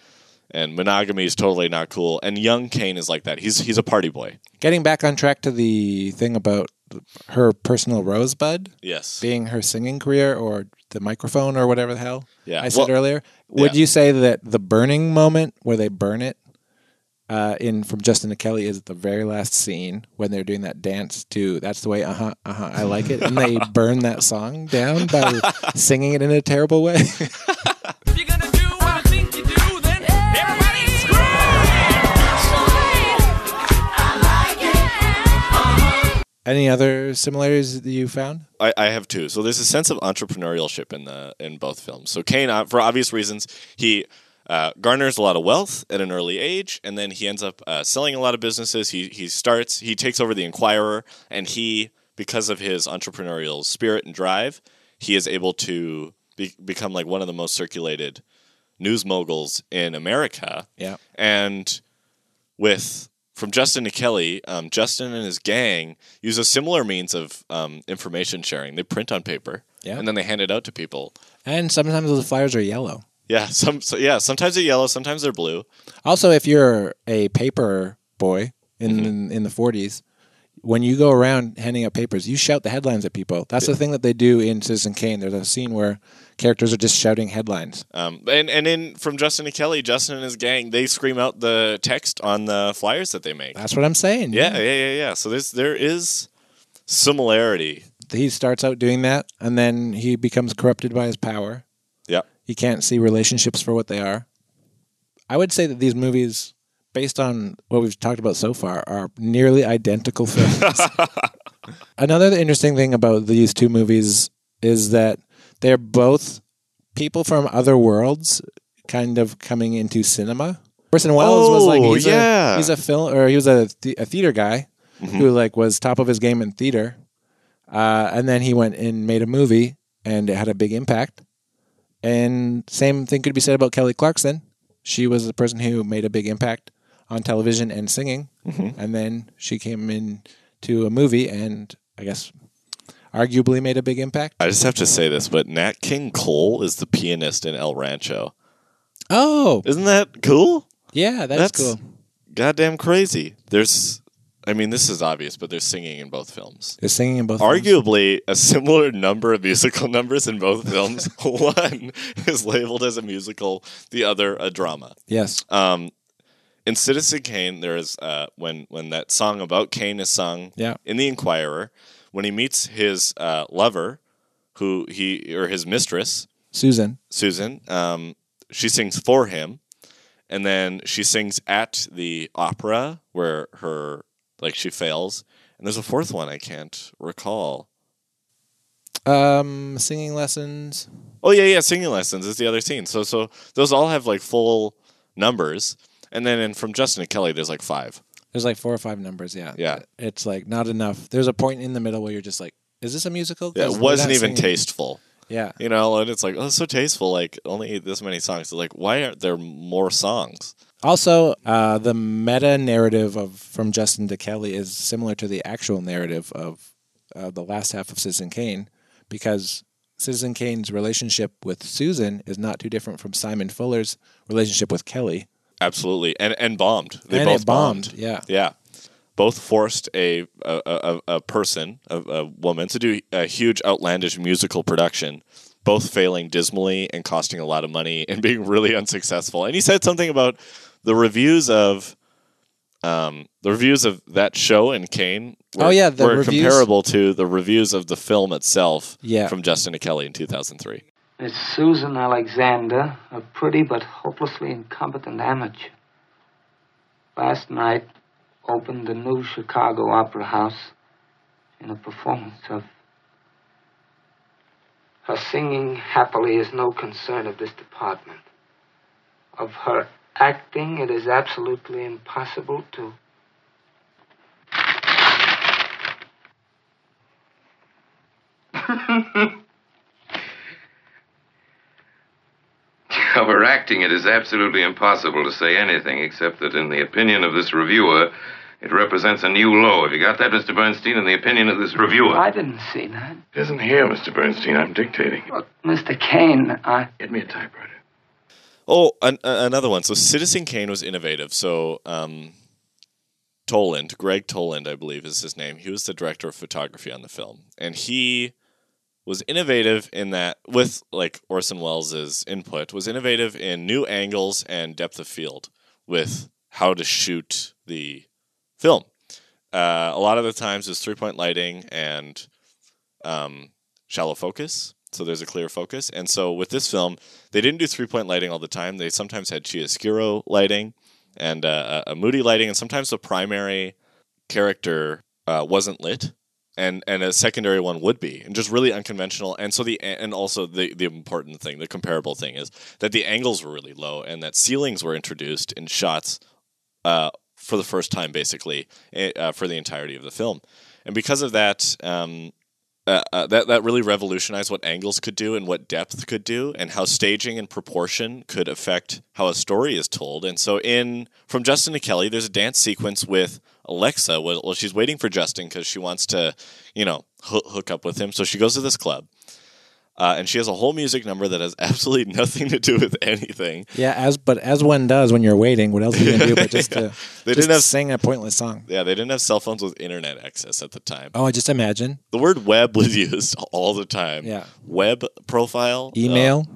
And monogamy is totally not cool. And young Kane is like that. He's he's a party boy.
Getting back on track to the thing about her personal rosebud
Yes.
being her singing career or the microphone or whatever the hell
Yeah.
I said
Well-
earlier. Would
Yeah.
you say that the burning moment where they burn it uh, in from Justin to Kelly is the very last scene when they're doing that dance to "That's the way," uh huh, uh huh, I like it, and they burn that song down by singing it in a terrible way.
If you're gonna do what I think you do, then everybody scream!
Any other similarities that you found?
I, I have two. So there's a sense of entrepreneurship in the in both films. So Kane, uh, for obvious reasons, he uh, garners a lot of wealth at an early age, and then he ends up uh, selling a lot of businesses. He he starts he takes over the Inquirer, and he because of his entrepreneurial spirit and drive, he is able to be, become like one of the most circulated news moguls in America.
Yeah.
And with from Justin to Kelly, um, Justin and his gang use a similar means of um, information sharing. They print on paper,
Yeah.
and then they hand it out to people.
And sometimes those flyers are yellow.
Yeah, some so, yeah. Sometimes they're yellow, sometimes they're blue.
Also, if you're a paper boy in in the forties, when you go around handing out papers, you shout the headlines at people. That's the thing that they do in Citizen Kane. There's a scene where characters are just shouting headlines.
Um, and and in from Justin to Kelly, Justin and his gang they scream out the text on the flyers that they make.
That's what I'm saying.
Yeah, yeah, yeah, yeah. So there's there is similarity.
He starts out doing that, and then he becomes corrupted by his power.
Yeah,
He can't see relationships for what they are. I would say that these movies, based on what we've talked about so far, are nearly identical films. Another interesting thing about these two movies is that they're both people from other worlds kind of coming into cinema. Orson Welles was like
Oh,
he's,
yeah. Mm-hmm.
a, he's a film or he was a, th- a theater guy who like was top of his game in theater, uh, and then he went and made a movie, and it had a big impact. And same thing could be said about Kelly Clarkson. She was the person who made a big impact on television and singing, and then she came in to a movie, and I guess arguably made a big impact.
I just have to say this, but Nat King Cole is the pianist in El Rancho.
Oh,
Isn't that cool?
yeah, that's, cool.
Goddamn crazy. There's, I mean, this is obvious, but there's singing in both films.
They're singing in both. films.
Arguably, a similar number of musical numbers in both films. One is labeled as a musical, the other a drama.
Yes.
Um, in Citizen Kane, there is uh, when when that song about Kane is sung
Yeah.
in the Inquirer, when he meets his uh, lover, who he or his mistress,
Susan.
Susan. Um, she sings for him, and then she sings at the opera where her like she fails. And there's a fourth one I can't recall.
Um, singing lessons.
Oh yeah, yeah, singing lessons is the other scene. So so those all have like full numbers, and then in from Justin to Kelly, there's like five.
There's like four or five numbers. Yeah.
Yeah.
It's like not enough. There's a point in the middle where you're just like, is this a musical?
Yeah,
'Cause
it
they're
wasn't
not
even
singing-
tasteful.
Yeah.
You know, and it's like, oh, it's so tasteful. Like, only this many songs. It's like, why aren't there more songs?
Also, uh, the meta narrative of from Justin to Kelly is similar to the actual narrative of uh, the last half of Citizen Kane, because Citizen Kane's relationship with Susan is not too different from Simon Fuller's relationship with Kelly.
Absolutely, and and bombed. They
And
both
it bombed. Yeah.
Yeah. Both forced a a, a, a person, a, a woman, to do a huge outlandish musical production, both failing dismally and costing a lot of money and being really unsuccessful. And he said something about the reviews of um, the reviews of that show and Kane were,
Oh, yeah, the
were
reviews-
comparable to the reviews of the film itself
Yeah.
from Justin to Kelly in 2003.
Miss Susan Alexander, a pretty but hopelessly incompetent amateur. Last night opened the new Chicago Opera House in a performance of her singing happily is no concern of this department. Of her acting, it is absolutely impossible to.
Overacting it is absolutely impossible to say anything except that, in the opinion of this reviewer, it represents a new low. Have you got that, Mr. Bernstein? In the opinion of this reviewer.
I didn't see that.
It isn't here, Mr. Bernstein. I'm dictating.
Look, Mr. Kane, I.
Get me a typewriter.
Oh, an- a- another one. So Citizen Kane was innovative. So um, Toland, Greg Toland, I believe is his name. He was the director of photography on the film, and he was innovative in that with like Orson Welles' input was innovative in new angles and depth of field with how to shoot the film. Uh, a lot of the times it's three point lighting and um, shallow focus. So there's a clear focus. And so with this film, they didn't do three point lighting all the time. They sometimes had chiaroscuro lighting and uh, a a moody lighting, and sometimes the primary character uh, wasn't lit, and and a secondary one would be, and just really unconventional. And so the and also the the important thing, the comparable thing is that the angles were really low, and that ceilings were introduced in shots uh, for the first time, basically eh, uh, for the entirety of the film. And because of that, um, uh, uh, that that really revolutionized what angles could do and what depth could do and how staging and proportion could affect how a story is told. And so in from Justin to Kelly, there's a dance sequence with Alexa. Well, well, she's waiting for Justin because she wants to, you know, hoo- hook up with him. So she goes to this club. Uh, and she has a whole music number that has absolutely nothing to do with anything.
Yeah, as but as one does when you're waiting, what else are you gonna do but just to
They
they
didn't
didn't
have-
sing a pointless song?
Yeah, they didn't have cell phones with internet access at the time.
Oh, I just imagine
The word web was used all the time.
Yeah.
Web profile. uh,
email.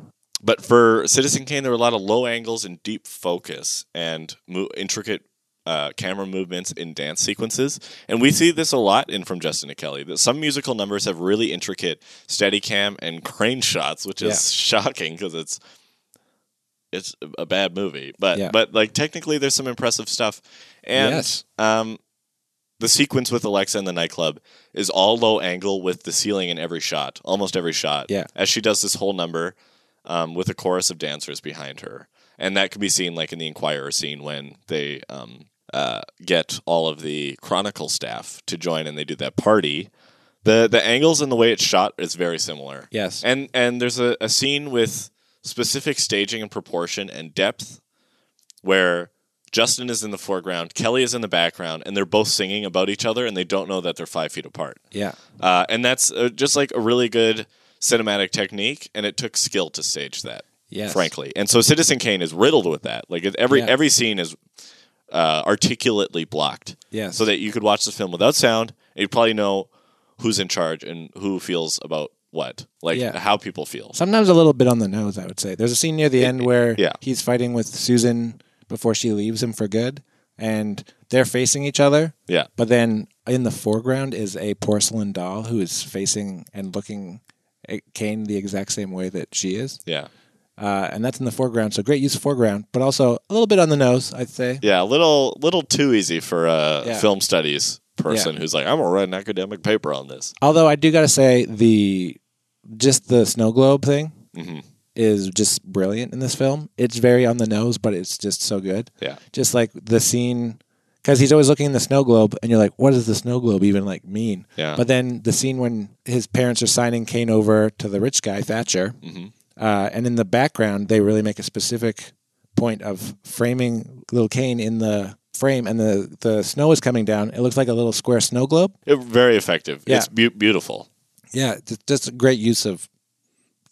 But for Citizen Kane, there were a lot of low angles and deep focus and mo- intricate uh, camera movements in dance sequences. And we see this a lot in From Justin to Kelly. That some musical numbers have really intricate steady cam and crane shots, which is shocking because it's it's a bad movie. But
Yeah.
but like technically, there's some impressive stuff. And
Yes.
um, the sequence with Alexa in the nightclub is all low angle with the ceiling in every shot, almost every shot.
Yeah.
As she does this whole number um, with a chorus of dancers behind her. And that can be seen like in the Inquirer scene when they um, uh, get all of the Chronicle staff to join, and they do that party. the The angles and the way it's shot is very similar.
Yes.
and and there's a, a scene with specific staging and proportion and depth where Justin is in the foreground, Kelly is in the background, and they're both singing about each other, and they don't know that they're five feet apart.
Yeah.
Uh, and that's uh, just like a really good cinematic technique, and it took skill to stage that.
Yes.
frankly. And so Citizen Kane is riddled with that. Like it- every
Yeah.
every scene is uh, articulately blocked.
Yes.
so that you could watch the film without sound, and you'd probably know who's in charge and who feels about what, like
Yeah.
how people feel.
Sometimes a little bit on the nose, I would say. There's a scene near the end where
yeah.
he's fighting with Susan before she leaves him for good, and they're facing each other.
Yeah.
But then in the foreground is a porcelain doll who is facing and looking at Kane the exact same way that she is.
Yeah.
Uh, and that's in the foreground. So great use of foreground, but also a little bit on the nose, I'd say.
Yeah, a little little too easy for a
Yeah.
film studies person
Yeah.
who's like, I'm gonna write an academic paper on this.
Although I do got to say the just the snow globe thing
Mm-hmm.
is just brilliant in this film. It's very on the nose, but it's just so good.
Yeah.
Just like the scene because he's always looking in the snow globe, and you're like, what does the snow globe even like mean?
Yeah.
But then the scene when his parents are signing Kane over to the rich guy Thatcher,
Mm-hmm.
uh, and in the background they really make a specific point of framing little Kane in the frame, and the the snow is coming down. It looks like a little square snow globe.
It, very effective.
Yeah.
It's beau beautiful.
Yeah, ju- just a great use of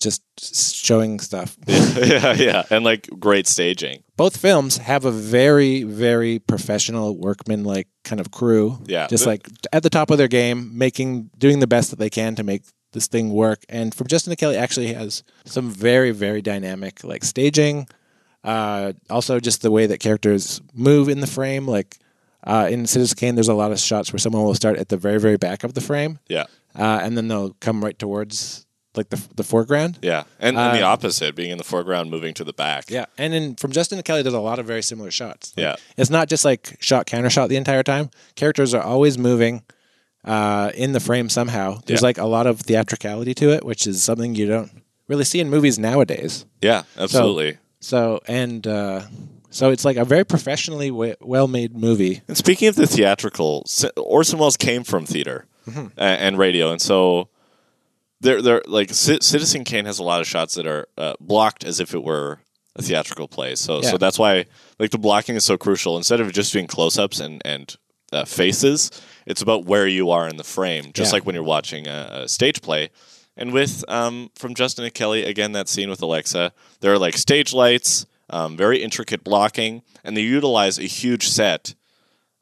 just s- showing stuff.
yeah, yeah, and like great staging.
Both films have a very, very professional workman like kind of crew.
Yeah.
just like at the top of their game, making doing the best that they can to make this thing work. And from Justin to Kelly actually has some very, very dynamic like staging. Uh, also, just the way that characters move in the frame, like. Uh, in Citizen Kane, there's a lot of shots where someone will start at the very, very back of the frame,
Yeah,
uh, and then they'll come right towards like the the foreground.
yeah, and, and the opposite, being in the foreground, moving to the back.
Yeah, and then from Justin to Kelly, there's a lot of very similar shots. Like,
Yeah.
it's not just like shot counter shot the entire time. Characters are always moving uh, in the frame somehow. There's
Yeah.
like a lot of theatricality to it, which is something you don't really see in movies nowadays.
yeah, absolutely.
So and uh, so it's like a very professionally w- well made movie.
And speaking of the theatrical, S- Orson Welles came from theater
Mm-hmm.
a- and radio, and so there, there, like C- Citizen Kane has a lot of shots that are uh, blocked as if it were a theatrical play. So,
Yeah.
so that's why like the blocking is so crucial. Instead of just doing close-ups and and uh, faces, it's about where you are in the frame, just
Yeah.
like when you're watching a, a stage play. And with um, from Justin and Kelly again, that scene with Alexa, there are like stage lights, um, very intricate blocking, and they utilize a huge set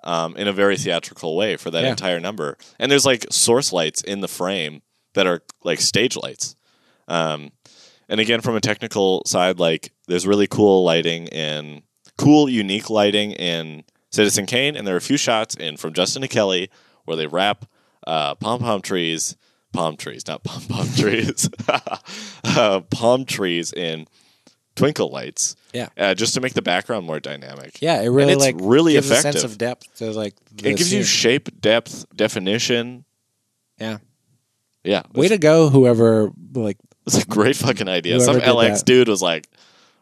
um, in a very theatrical way for that
Yeah.
entire number. And there's like source lights in the frame that are like stage lights. Um, and again, from a technical side, like there's really cool lighting in cool, unique lighting in Citizen Kane, and there are a few shots in From Justin to Kelly where they wrap uh, pom pom trees, palm trees, not pom pom trees, uh, palm trees in twinkle lights.
Yeah.
uh, just to make the background more dynamic.
Yeah, it really
it's
like
really
gives a sense
effective.
of depth to like the
it gives you
scene.
shape, depth, definition.
yeah.
Yeah,
Way to go, whoever like
It's a great fucking idea. Some
Whoever did
LX
that.
dude was like,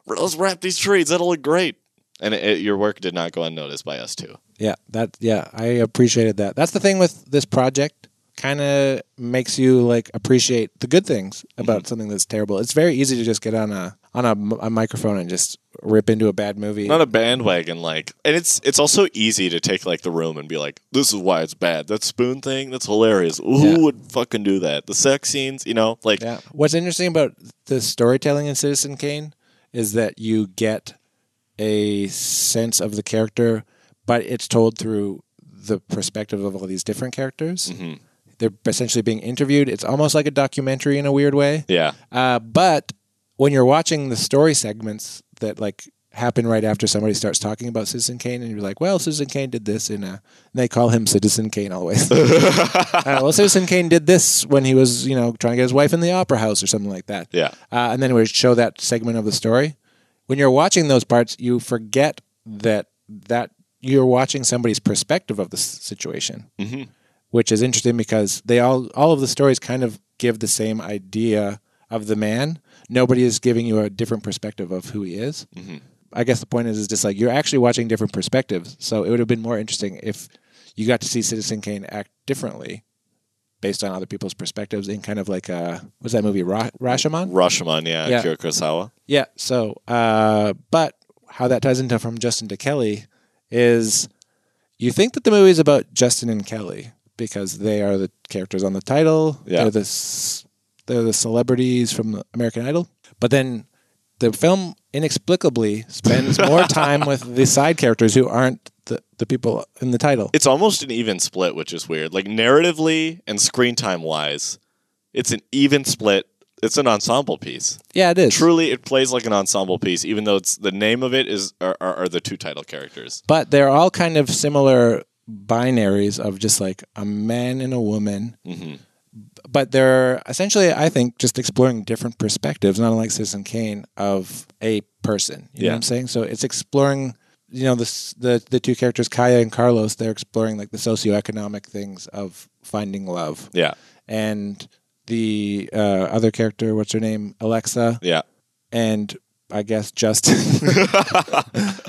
"Let's wrap these trees. That'll look great." And it, it- your work did not go unnoticed by us too.
Yeah, that yeah, I appreciated that. That's the thing with this project. Kind of makes you like appreciate the good things about something that's terrible. It's very easy to just get on a on a, m- a microphone and just rip into a bad movie.
Not a bandwagon, like, and it's it's also easy to take like the room and be like, "This is why it's bad." That spoon thing, that's hilarious. Who
Yeah.
would fucking do that? The sex scenes, you know, like,
yeah. What's interesting about the storytelling in Citizen Kane is that you get a sense of the character, but it's told through the perspective of all these different characters. They're essentially being interviewed. It's almost like a documentary in a weird way.
yeah,
Uh, but when you're watching the story segments that like happen right after somebody starts talking about Citizen Kane, and you're like, "Well, Citizen Kane did this," and, uh, and they call him Citizen Kane always. uh, well, Citizen Kane did this when he was, you know, trying to get his wife in the opera house or something like that.
Yeah.
Uh, and then we show that segment of the story. When you're watching those parts, you forget that that you're watching somebody's perspective of the s- situation
Mm-hmm.
which is interesting because they all all of the stories kind of give the same idea of the man. Nobody is giving you a different perspective of who he is. I guess the point is, is just like you're actually watching different perspectives. So it would have been more interesting if you got to see Citizen Kane act differently based on other people's perspectives in kind of like a was that movie Ra- Rashomon?
Rashomon, yeah,
Yeah.
Akira Kurosawa.
Yeah. So, uh, but how that ties into from Justin to Kelly is you think that the movie is about Justin and Kelly because they are the characters on the title.
Yeah.
They're the, s- they're the celebrities from American Idol. But then the film inexplicably spends more time with the side characters who aren't the, the people in the title.
It's almost an even split, which is weird. Like narratively and screen time wise, it's an even split. It's an ensemble piece.
yeah, it is.
Truly, it plays like an ensemble piece, even though it's the name of it is are, are, are the two title characters.
But they're all kind of similar binaries of just like a man and a woman.
Mm-hmm.
But they're essentially, I think, just exploring different perspectives, not unlike Citizen Kane, of a person. You know
Yeah.
what I'm saying? So it's exploring, you know, the, s- the, the two characters, Kaya and Carlos, they're exploring like the socioeconomic things of finding love.
Yeah,
And the uh, other character, what's her name? Alexa
yeah,
and I guess just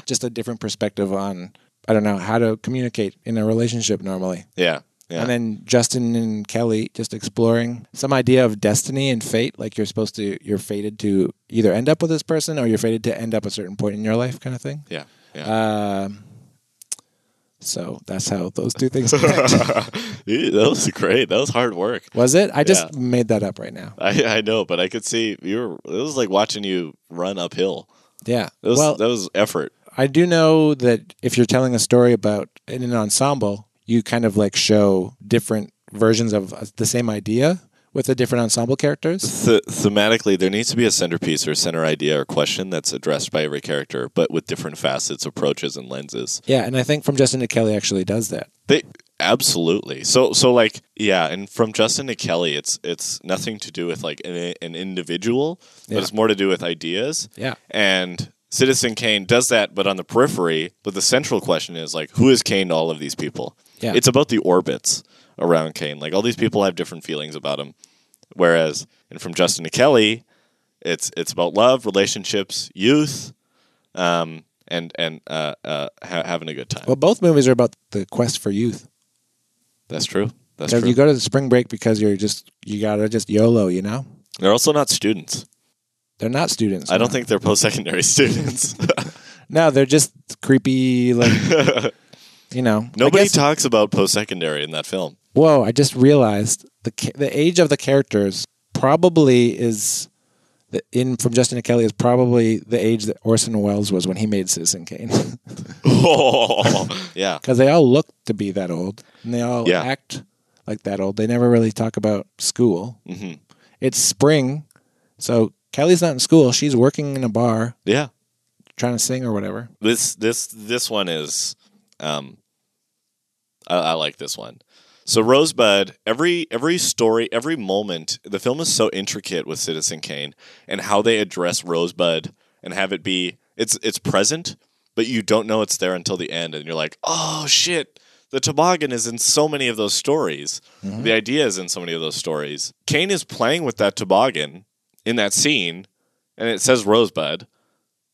just a different perspective on I don't know how to communicate in a relationship normally.
yeah, yeah.
And then Justin and Kelly just exploring some idea of destiny and fate, like you're supposed to you're fated to either end up with this person or you're fated to end up a certain point in your life kind of thing.
yeah, yeah.
Um so that's how those two things connect.
Ew, that was great. That was hard work.
Was it? I just
Yeah.
made that up right now.
I, I know, but I could see you were. It was like watching you run uphill.
Yeah.
That was,
well,
that was effort.
I do know that if you're telling a story about in an ensemble, you kind of like show different versions of uh, the same idea with the different ensemble characters.
Th- thematically, there needs to be a centerpiece or center idea or question that's addressed by every character, but with different facets, approaches, and lenses.
Yeah, and I think from Justin to Kelly actually does that.
They absolutely. So so like yeah, and from Justin to Kelly, it's it's nothing to do with like an, an individual,
Yeah.
but it's more to do with ideas.
Yeah.
And Citizen Kane does that, but on the periphery. But the central question is like, who is Kane to all of these people?
Yeah.
It's about the orbits around Kane. Like all these people have different feelings about him. Whereas, and from Justin to Kelly, it's it's about love, relationships, youth, um, and and uh, uh, ha- having a good time.
Well, both movies are about the quest for youth.
That's true. That's
So
true.
you go to the spring break because you're just you gotta just YOLO, you know?
They're also not students.
They're not students.
I don't
no.
think they're post-secondary students.
No, they're just creepy like you know. I
Nobody
guess-
talks about post-secondary in that film.
Whoa, I just realized the ca- the age of the characters probably is the, in from Justin and Kelly is probably the age that Orson Welles was when he made Citizen Kane because
yeah.
they all look to be that old and they all
Yeah.
act like that old. They never really talk about school.
hmm
It's spring, so Kelly's not in school. She's working in a bar
Yeah.
trying to sing or whatever.
This this this one is um I, I like this one. So Rosebud, every every story, every moment, the film is so intricate with Citizen Kane and how they address Rosebud and have it be it's it's present, but you don't know it's there until the end and you're like, "Oh shit, the toboggan is in so many of those stories. The idea is in so many of those stories. Kane is playing with that toboggan in that scene and it says Rosebud,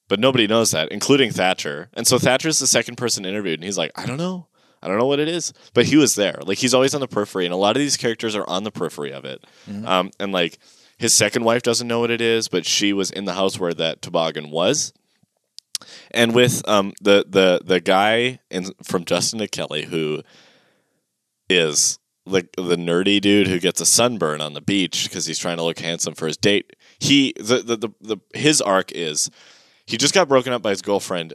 but nobody knows that, including Thatcher. And so Thatcher's the second person interviewed, and he's like, I don't know. I don't know what it is. But he was there. Like, he's always on the periphery, and a lot of these characters are on the periphery of it. Um, and, like, his second wife doesn't know what it is, but she was in the house where that toboggan was. And with um, the, the, the guy in, from Justin to Kelly who is the the nerdy dude who gets a sunburn on the beach because he's trying to look handsome for his date. He the the, the, the his arc is he just got broken up by his girlfriend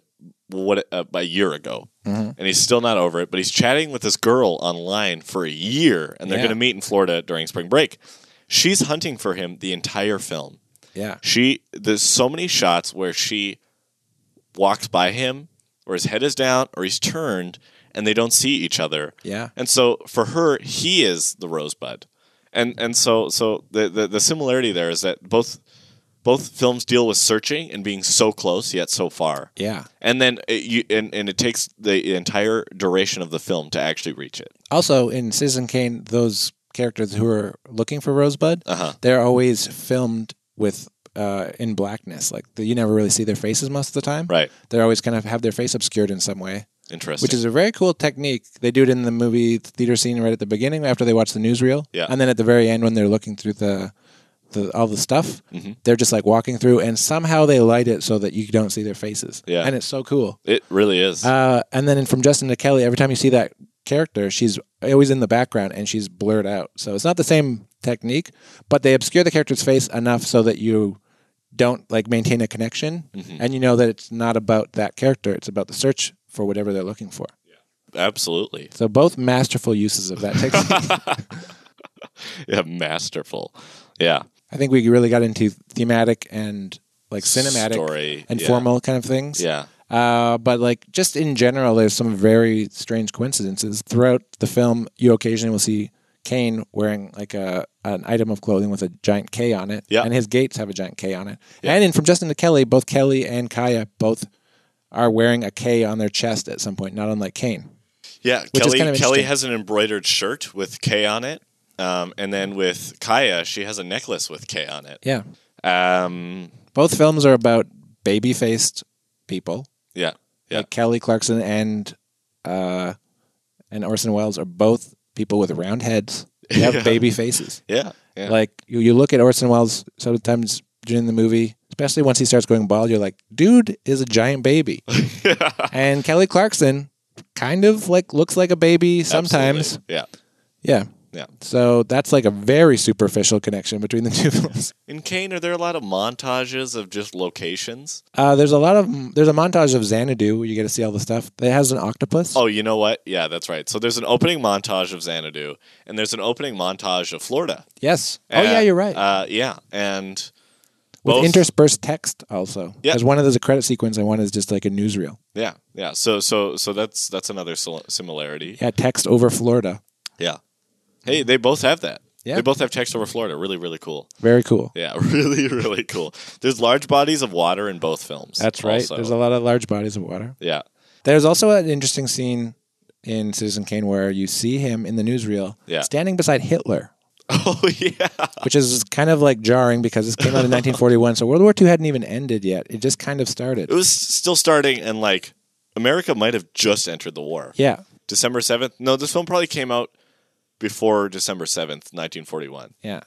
what uh, by a year ago, and he's still not over it. But he's chatting with this girl online for a year, and they're
Yeah.
going to meet in Florida during spring break. She's hunting for him the entire film.
Yeah,
She there's so many shots where she walks by him, or his head is down, or he's turned, and they don't see each other.
yeah,
And so for her, he is the rosebud. And and so so the, the the similarity there is that both both films deal with searching and being so close yet so far.
yeah.
And then it, you and, and it takes the entire duration of the film to actually reach it.
Also in Citizen Kane, those characters who are looking for Rosebud,
Uh huh.
they're always filmed with uh, in blackness. Like the, you never really see their faces most of the time.
Right.
They're always kind of have their face obscured in some way,
Interesting.
which is a very cool technique. They do it in the movie theater scene right at the beginning after they watch the newsreel.
Yeah.
And then at the very end when they're looking through the. The, all the stuff
Mm-hmm.
they're just like walking through and somehow they light it so that you don't see their faces
Yeah.
and it's so cool
it really is.
uh, and then from Justin to Kelly, every time you see that character, she's always in the background and she's blurred out. So it's not the same technique, but they obscure the character's face enough so that you don't like maintain a connection
Mm-hmm.
and you know that it's not about that character, it's about the search for whatever they're looking for.
Absolutely.
So both masterful uses of that technique.
Yeah, masterful. Yeah.
I think we really got into thematic and like cinematic
Story,
and
yeah.
formal kind of things.
Yeah.
Uh, but like just in general, there's some very strange coincidences throughout the film. You occasionally will see Kane wearing like a an item of clothing with a giant K on it,
Yeah.
and his gates have a giant K on it. And in from Justin to Kelly, both Kelly and Kaya both are wearing a K on their chest at some point, not unlike Kane.
Yeah.
Which is
Kelly
kind of
Kelly
interesting.
has an embroidered shirt with K on it. Um, and then with Kaya, she has a necklace with K on it.
Yeah,
Um,
both films are about baby faced people.
yeah. Yeah.
Like Kelly Clarkson and uh, and Orson Welles are both people with round heads. They have baby faces.
yeah. Yeah.
Like you, you look at Orson Welles sometimes during the movie, especially once he starts going bald, you're like, dude is a giant baby. And Kelly Clarkson kind of like looks like a baby sometimes.
Absolutely. Yeah.
Yeah.
Yeah.
So that's like a very superficial connection between the two films.
In Kane, are there a lot of montages of just locations?
Uh, there's a lot of there's a montage of Xanadu where you get to see all the stuff. It has an octopus.
Oh, you know what? Yeah, that's right. So there's an opening montage of Xanadu, and there's an opening montage of Florida.
yes. oh yeah,
And,
you're right.
Uh, yeah, and
With
both-
interspersed text also.
Yeah.
There's one of those a credit sequence and one is just like a newsreel.
yeah, yeah. So so so that's that's another sil- similarity.
Yeah, text over Florida.
Yeah. Hey, they both have that.
Yeah.
They both have text over Florida. Really, really cool.
Very cool.
Yeah, really, really cool. There's large bodies of water in both films.
That's right.
also.
There's a lot of large bodies of water.
yeah,
There's also an interesting scene in Citizen Kane where you see him in the newsreel
Yeah.
standing beside Hitler,
oh yeah,
which is kind of like jarring because this came out in 1941. So World War II hadn't even ended yet. It just kind of started.
it was still starting, and like America might have just entered the war.
Yeah.
December 7th. No, this film probably came out before December 7th, 1941.
Yeah.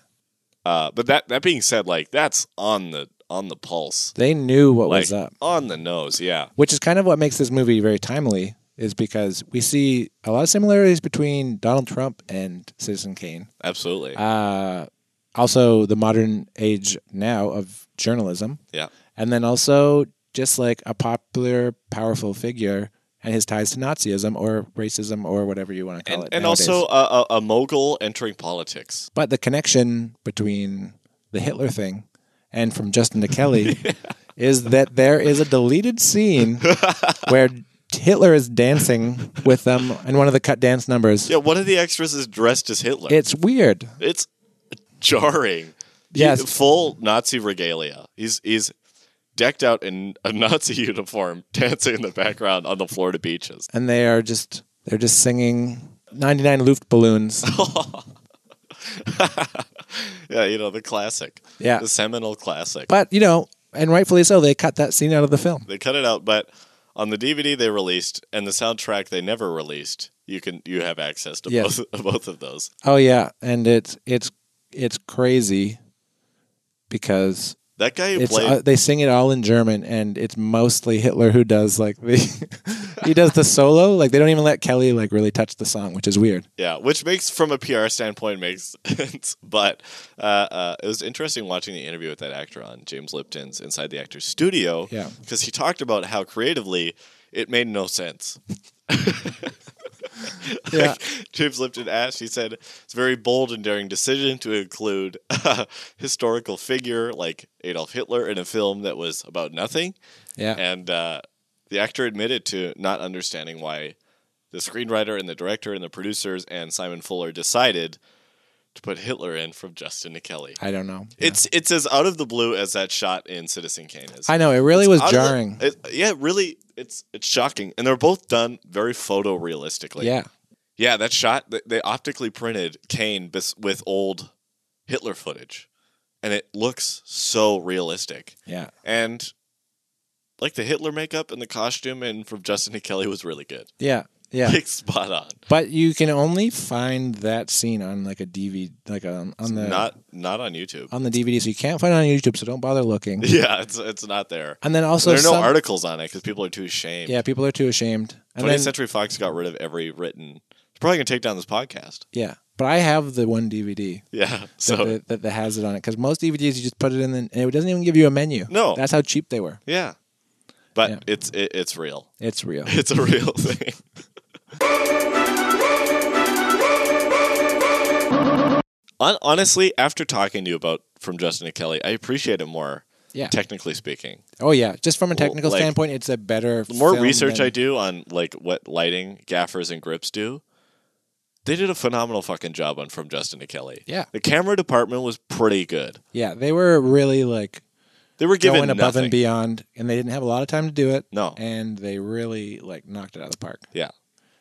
Uh, but that that being said, like that's on the on the pulse.
They knew what
Like
was up,
on the nose, yeah.
which is kind of what makes this movie very timely, is because we see a lot of similarities between Donald Trump and Citizen Kane.
Absolutely.
Uh, also, the modern age now of journalism.
yeah.
and then also just like a popular, powerful figure and his ties to Nazism or racism or whatever you want to call
And,
it.
and
nowadays.
also a, a, a mogul entering politics.
but the connection between the Hitler thing and from Justin to Kelly is that there is a deleted scene where Hitler is dancing with them in one of the cut dance numbers.
Yeah, one of the extras is dressed as Hitler.
It's weird.
it's jarring. He-
Yes.
full Nazi regalia. He's he's decked out in a Nazi uniform, dancing in the background on the Florida beaches.
And they are just they're just singing 99 Luftballons.
Yeah, you know, the classic.
Yeah.
The seminal classic.
but, you know, and rightfully so, they cut that scene out of the film.
they cut it out but on the dvd they released and the soundtrack they never released you can you have access to
Yes.
both both of those
Oh yeah, and it's it's it's crazy because
that guy who
it's
played
uh, they sing it all in German, and it's mostly Hitler who does like the he does the solo. Like they don't even let Kelly like really touch the song, which is weird.
yeah which makes from a pr standpoint makes sense but uh, uh, it was interesting watching the interview with that actor on james lipton's inside the actors studio
Yeah.
because he talked about how creatively it made no sense
Yeah,
James Lipton asked, he said, it's a very bold and daring decision to include a historical figure like Adolf Hitler in a film that was about nothing.
yeah,
And uh, the actor admitted to not understanding why the screenwriter and the director and the producers and Simon Fuller decided to put Hitler in from Justin to Kelly.
I don't know.
It's it's as out of the blue as that shot in Citizen Kane is.
I know it really was
Out of the-
jarring.
it- yeah, really, it's it's shocking, and they're both done very photorealistically.
yeah,
Yeah, that shot th- they optically printed Kane bes- with old Hitler footage, and it looks so realistic.
Yeah.
And like the Hitler makeup and the costume and from Justin and Kelly was really good.
Yeah. Yeah.
Like spot on.
But you can only find that scene on like a DVD, like um, on, on the Um,
not not on YouTube.
on the DVD, so you can't find it on YouTube. So don't bother looking.
yeah, it's it's not there.
And then also,
there are no
some-
articles on it because people are too ashamed.
Yeah, people are too ashamed. And
20th
then,
Century Fox got rid of every written. It's probably gonna take down this podcast.
yeah, but I have the one DVD
Yeah.
that,
So
that, that, has it on it because most DVDs you just put it in and it doesn't even give you a menu.
No.
that's how cheap they were.
yeah, but
Yeah.
it's it, it's real.
It's real.
It's a real thing. Hon- Honestly, after talking to you about from Justin and Kelly, I appreciate it more.
Yeah.
Technically speaking,
oh yeah, just from a
Well,
technical
like,
standpoint, it's a better.
the more
film
research
than-
I do on like what lighting gaffers and grips do, they did a phenomenal fucking job on from Justin and Kelly.
Yeah.
the camera department was pretty good.
Yeah, they were really like
They were given
going above
nothing.
and beyond, and they didn't have a lot of time to do it.
No.
and they really like knocked it out of the park.
Yeah.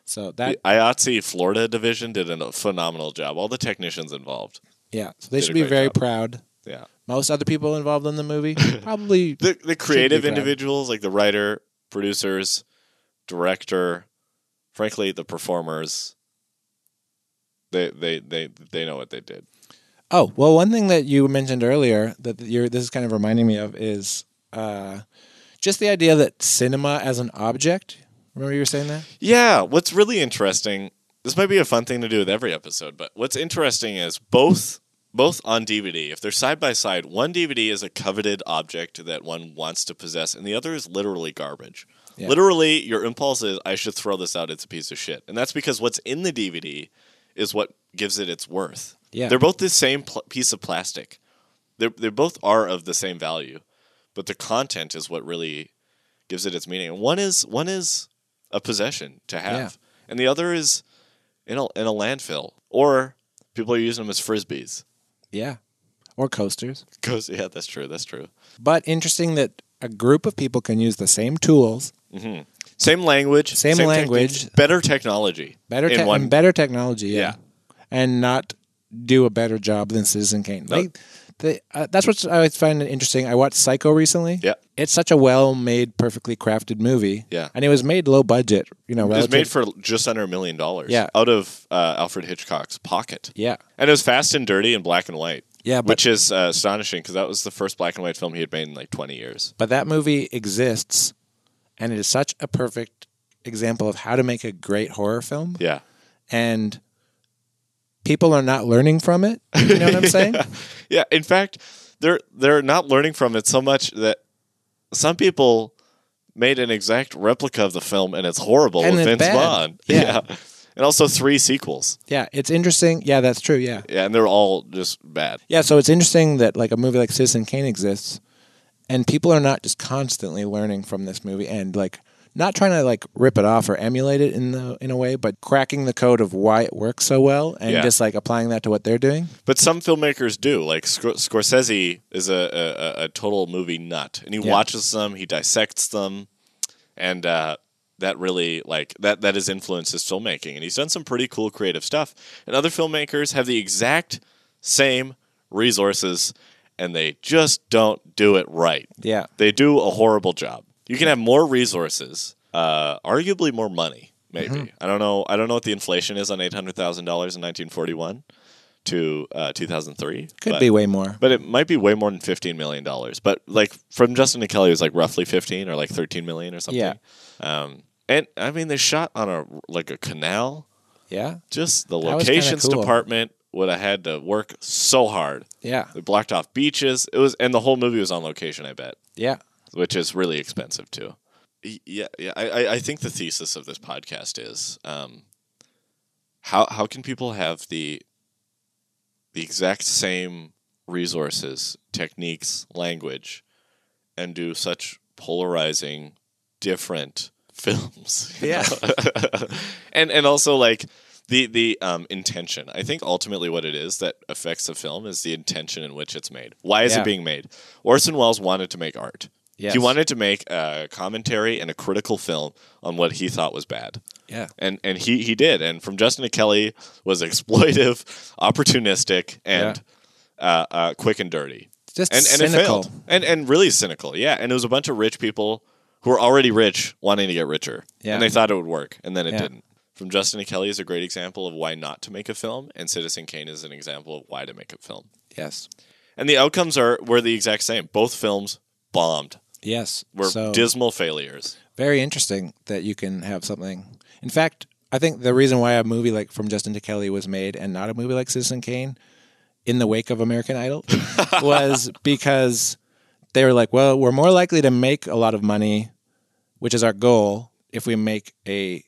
So that
the IATSE Florida division did a phenomenal job. All the technicians involved.
yeah, so they
Did a
should be
great
very
job.
proud.
Yeah.
Most other people involved in the movie probably
The the creative
proud.
individuals, like the writer, producers, director, frankly, the performers. They they they they know what they did.
Oh well, one thing that you mentioned earlier that you're this is kind of reminding me of is uh, just the idea that cinema as an object. Remember you were saying that?
Yeah, what's really interesting, this might be a fun thing to do with every episode, but what's interesting is both both on DVD, if they're side by side, one DVD is a coveted object that one wants to possess and the other is literally garbage.
Yeah.
Literally, your impulse is I should throw this out, it's a piece of shit. And that's because what's in the DVD is what gives it its worth.
Yeah.
They're both the same pl- piece of plastic. They they both are of the same value, but the content is what really gives it its meaning. And one is one is a possession to have,
Yeah.
and the other is in a in a landfill, or people are using them as frisbees.
Yeah, or coasters.
Goes, yeah, that's true. That's true.
But interesting that a group of people can use the same tools,
Same language,
Same
techniques,
language.
better technology,
better
in
te-
one.
and better technology, yeah.
Yeah.
and not do a better job than Citizen Kane.
No.
They, they, uh, that's what I always find interesting. I watched Psycho recently.
Yeah.
it's such a well-made, perfectly crafted movie.
Yeah.
and it was made low budget. You know,
it was
relative-
made for just under a million dollars.
Yeah.
out of uh, Alfred Hitchcock's pocket.
yeah,
And it was fast and dirty and black and white.
Yeah, but-
which is uh, astonishing because that was the first black and white film he had made in like 20 years.
But that movie exists, and it is such a perfect example of how to make a great horror film.
Yeah.
And people are not learning from it. You know what I'm saying?
Yeah, in fact, they're they're not learning from it so much that some people made an exact replica of the film and it's horrible
And
with
it's
Vince
bad.
Vaughn.
Yeah.
And also three sequels.
Yeah, it's interesting. Yeah, that's true. Yeah.
Yeah, and they're all just bad.
Yeah, so it's interesting that like a movie like Citizen Kane exists and people are not just constantly learning from this movie and like not trying to like rip it off or emulate it in the in a way, but cracking the code of why it works so well and
Yeah.
just like applying that to what they're doing.
But some filmmakers do. Like Scor- Scorsese is a, a, a- a total movie nut, and he
Yeah.
watches them, he dissects them, and uh, that really like that that has influenced his filmmaking. And he's done some pretty cool creative stuff. And other filmmakers have the exact same resources, and they just don't do it right.
Yeah.
They do a horrible job. You can have more resources, uh, arguably more money, maybe.
Mm-hmm.
I don't know. I don't know what the inflation is on eight hundred thousand dollars in nineteen forty one to uh, two thousand three.
Could
but,
be way more.
but it might be way more than fifteen million dollars. But like from Justin and Kelly, it was like roughly fifteen or like thirteen million or something.
Yeah.
Um, and I mean, they shot on a like a canal.
Yeah.
Just the
That was kinda
locations
cool.
department would have had to work so hard.
Yeah.
They blocked off beaches. It was, and the whole movie was on location. I bet
Yeah.
which is really expensive too. Y- Yeah, yeah. I, I- I think the thesis of this podcast is um, how how can people have the the exact same resources, techniques, language, and do such polarizing, different films? you
Yeah.
know? and and also like the the um, intention. I think ultimately what it is that affects the film is the intention in which it's made. Why is
Yeah.
it being made? Orson Welles wanted to make art.
Yes.
He wanted to make a commentary and a critical film on what he thought was bad.
Yeah.
And and he he did. And from Justin to Kelly was exploitive, opportunistic, and uh, uh, quick and dirty.
just
and and it
cynical.
failed. And and really cynical. Yeah, and it was a bunch of rich people who were already rich wanting to get richer.
Yeah.
And they thought it would work, and then it
Yeah.
didn't. From Justin and Kelly is a great example of why not to make a film, and Citizen Kane is an example of why to make a film.
Yes,
And the outcomes are were the exact same. Both films bombed.
yes.
Were
so,
dismal failures.
very interesting that you can have something. In fact, I think the reason why a movie like From Justin to Kelly was made and not a movie like Citizen Kane in the wake of American Idol was because they were like, well, we're more likely to make a lot of money, which is our goal, if we make a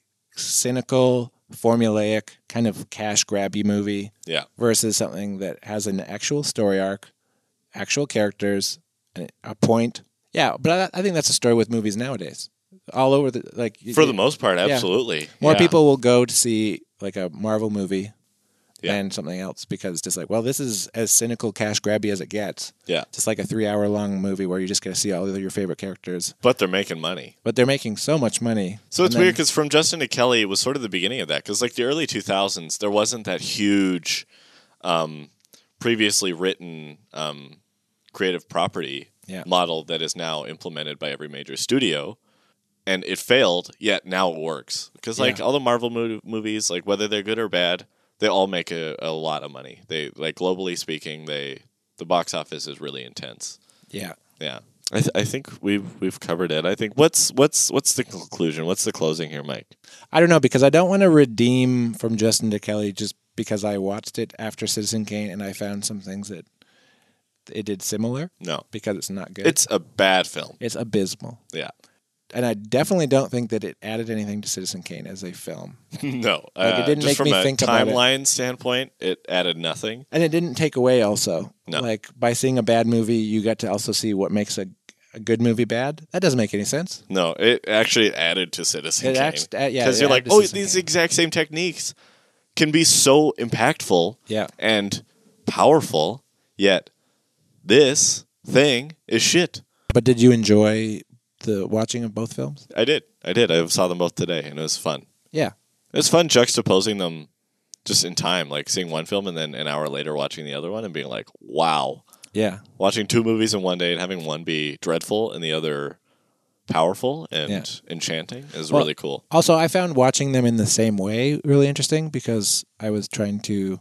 cynical, formulaic, kind of cash grabby movie
Yeah.
versus something that has an actual story arc, actual characters, and a point. Yeah, but I, I think that's the story with movies nowadays. All over the like
For
y-
the most part, absolutely.
more
Yeah.
people will go to see like a Marvel movie
Yeah.
than something else because it's just like, well, this is as cynical, cash grabby as it gets.
Yeah.
Just like a three-hour-long movie where you just get to see all of your favorite characters,
But they're making money.
but they're making so much money.
So
And
it's weird 'cause
then-
weird because from Justin to Kelly was sort of the beginning of that because like the early 2000s there wasn't that huge um, previously written um, creative property
Yeah.
model that is now implemented by every major studio and it failed yet now it works because like
Yeah.
all the Marvel mo- movies like whether they're good or bad they all make a, a lot of money they like globally speaking they the box office is really intense
yeah.
yeah. I, th- I think we've we've covered it. I think what's what's what's the conclusion? What's the closing here, Mike?
I don't know because I don't want to redeem from Justin to Kelly just because I watched it after Citizen Kane and I found some things that it did similar
No,
because it's not good.
it's a bad film.
it's abysmal,
Yeah,
and I definitely don't think that it added anything to Citizen Kane as a film,
no.
Like, it
uh,
didn't
just
make
from
me
a
think about it.
timeline standpoint, it added nothing.
and it didn't take away. Also,
No.
like by seeing a bad movie, you got to also see what makes a, a good movie bad. That doesn't make any sense.
No, it actually added to Citizen
It
Kane.
act- uh, yeah, it
you're like,
added to
oh,
Citizen
these
Kane."
exact same techniques can be so impactful,
Yeah.
and powerful. Yet this thing is shit.
But did you enjoy the watching of both films?
I did, I did. I saw them both today, and it was fun.
Yeah,
It was fun juxtaposing them just in time, like seeing one film and then an hour later watching the other one and being like, wow.
yeah,
Watching two movies in one day and having one be dreadful and the other powerful and
Yeah.
enchanting is
Well-
really cool.
Also, I found watching them in the same way really interesting because I was trying to,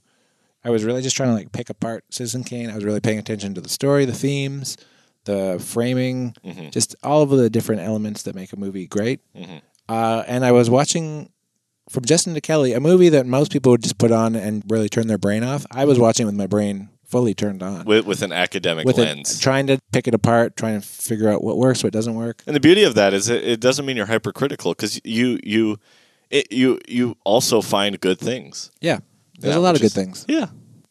I was really just trying to like pick apart Citizen Kane. I was really paying attention to the story, the themes, the framing,
Mm-hmm.
just all of the different elements that make a movie great. Uh, and I was watching from Justin to Kelly, a movie that most people would just put on and really turn their brain off. I was watching with my brain fully turned on,
With, with an academic
with
lens.
it, trying to pick it apart, trying to figure out what works, what doesn't work.
And the beauty of that is it, it doesn't mean you're hypercritical because you you it, you you also find good things.
Yeah, there's
Yeah,
a lot
which
of good
is-
things.
Yeah.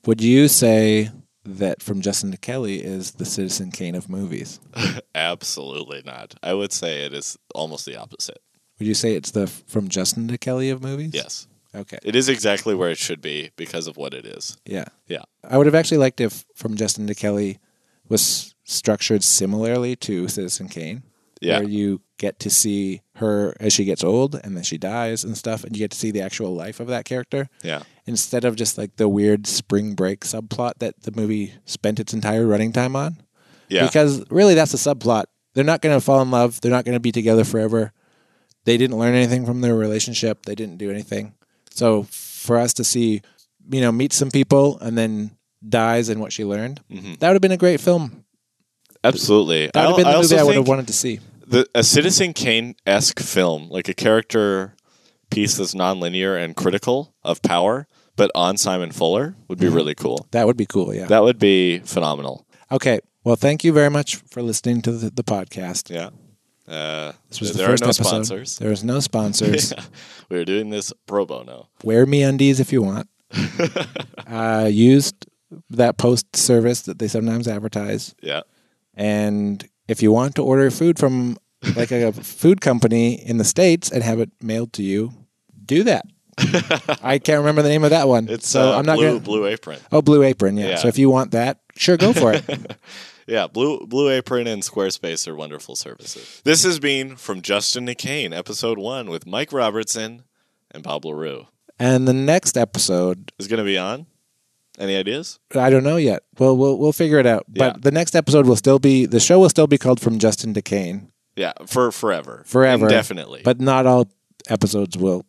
Would you say that from Justin to Kelly is the Citizen Kane of movies?
Absolutely not. I would say it is almost the opposite.
Would you say it's the from Justin to Kelly of movies?
Yes.
Okay.
It is exactly where it should be because of what it is.
Yeah.
Yeah.
I would have actually liked if from Justin to Kelly was structured similarly to Citizen Kane.
Yeah.
Where you get to see her as she gets old and then she dies and stuff, and you get to see the actual life of that character.
Yeah.
Instead of just like the weird spring break subplot that the movie spent its entire running time on.
Yeah.
Because really, that's the subplot. They're not going to fall in love. They're not going to be together forever. They didn't learn anything from their relationship. They didn't do anything. So for us to see, you know, meet some people and then dies and what she learned, that would have been a great film.
Absolutely.
That would
Mm-hmm.
have
I-
been
I
the
also
movie I would
think
have wanted to see.
the- a Citizen Kane esque film, like a character piece that's nonlinear and critical of power, but on Simon Fuller would
Mm-hmm.
be really cool.
That would be cool. Yeah.
That would be phenomenal.
okay. Well, thank you very much for listening to the, the podcast.
Yeah. Uh,
This was the
there
first
are no
episode.
sponsors.
There was no sponsors.
we are doing this pro bono.
Wear me undies if you want. uh, used that post service that they sometimes advertise.
Yeah.
And if you want to order food from like a food company in the States and have it mailed to you, do that. I can't remember the name of that one.
It's
so
uh,
I'm not
blue,
gonna,
blue apron.
Oh, Blue Apron. Yeah.
Yeah.
So if you want that, sure, go for it.
Yeah, Blue Blue Apron and Squarespace are wonderful services. This has been from Justin to Kane, episode one with Mike Robertson and Bob LaRue.
and the next episode,
Is gonna be on? Any ideas?
I don't know yet. Well, we'll we'll figure it out.
Yeah.
But the next episode will still be the show will still be called from Justin to Kane
Yeah, for forever,
forever,
definitely.
But not all episodes will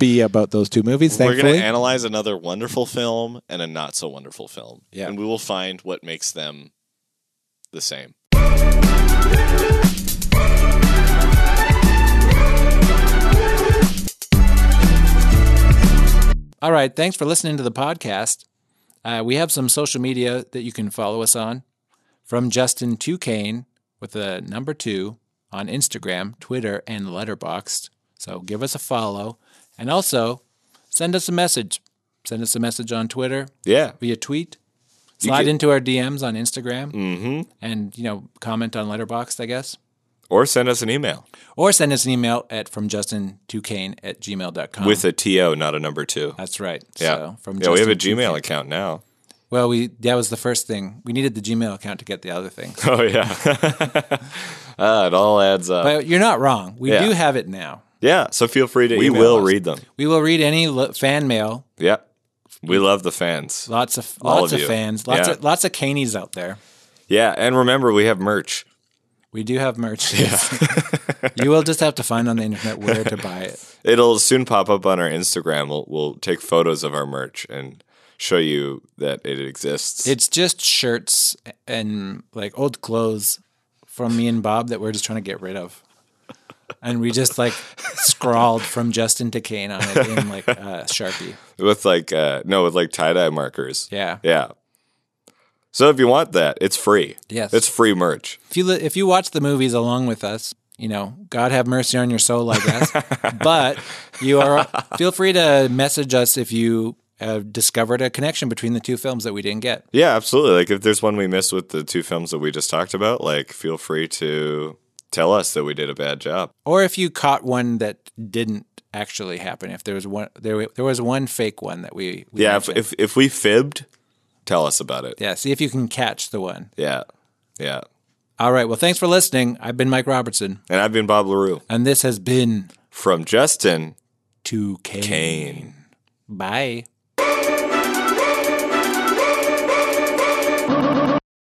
be about those two movies.
we're
Thankfully,
going to analyze another wonderful film and a not so wonderful film,
Yeah.
and we will find what makes them the same.
All right. Thanks for listening to the podcast. Uh, we have some social media that you can follow us on from Justin to Kane with a number two on Instagram, Twitter, and Letterboxd. So give us a follow and also send us a message. Send us a message on Twitter
Yeah,
via tweet. Slide
can- Mm-hmm.
into our DMs on Instagram and, you know, comment on Letterboxd, I guess.
or send us an email
Or send us an email at from Justin to Kane at gmail.com.
with a to, not a number two.
That's right.
yeah,
So from
yeah, we have a
Justin to
Gmail
Kane.
account now.
Well, we that was the first thing. We needed the Gmail account to get the other thing.
Oh yeah, Ah, it all adds up.
But you're not wrong. We
Yeah.
do have it now.
yeah, so feel free to. We
email
will
us.
read them.
We will read any lo- fan mail.
Yeah, we love the fans.
Lots of
All
lots
of
of,
you.
fans. Lots
Yeah.
of lots of canies out there.
Yeah, and remember we have merch.
We do have merch. you will just have to find on the internet where to buy it.
It'll soon pop up on our Instagram. We'll, we'll take photos of our merch and show you that it exists.
It's just shirts and like old clothes from me and Bob that we're just trying to get rid of. And we just like scrawled from Justin to Kane on it in like uh, Sharpie.
with like uh no with like tie dye markers.
Yeah.
Yeah. So if you want that, it's free.
Yes.
It's free merch.
if you li- if you watch the movies along with us, you know, God have mercy on your soul, I guess. but you are feel free to message us if you have discovered a connection between the two films that we didn't get.
Yeah, absolutely. Like if there's one we missed with the two films that we just talked about, like feel free to tell us that we did a bad job.
Or if you caught one that didn't actually happen, if there was one there wa- there was one fake one that we, we
Yeah, if,
mentioned.
if if we fibbed, tell us about it.
yeah, see if you can catch the one.
Yeah. Yeah.
All right, well, thanks for listening. I've been Mike Robertson,
And I've been Bob LaRue
and this has been
from Justin
2K.
Kane.
Bye.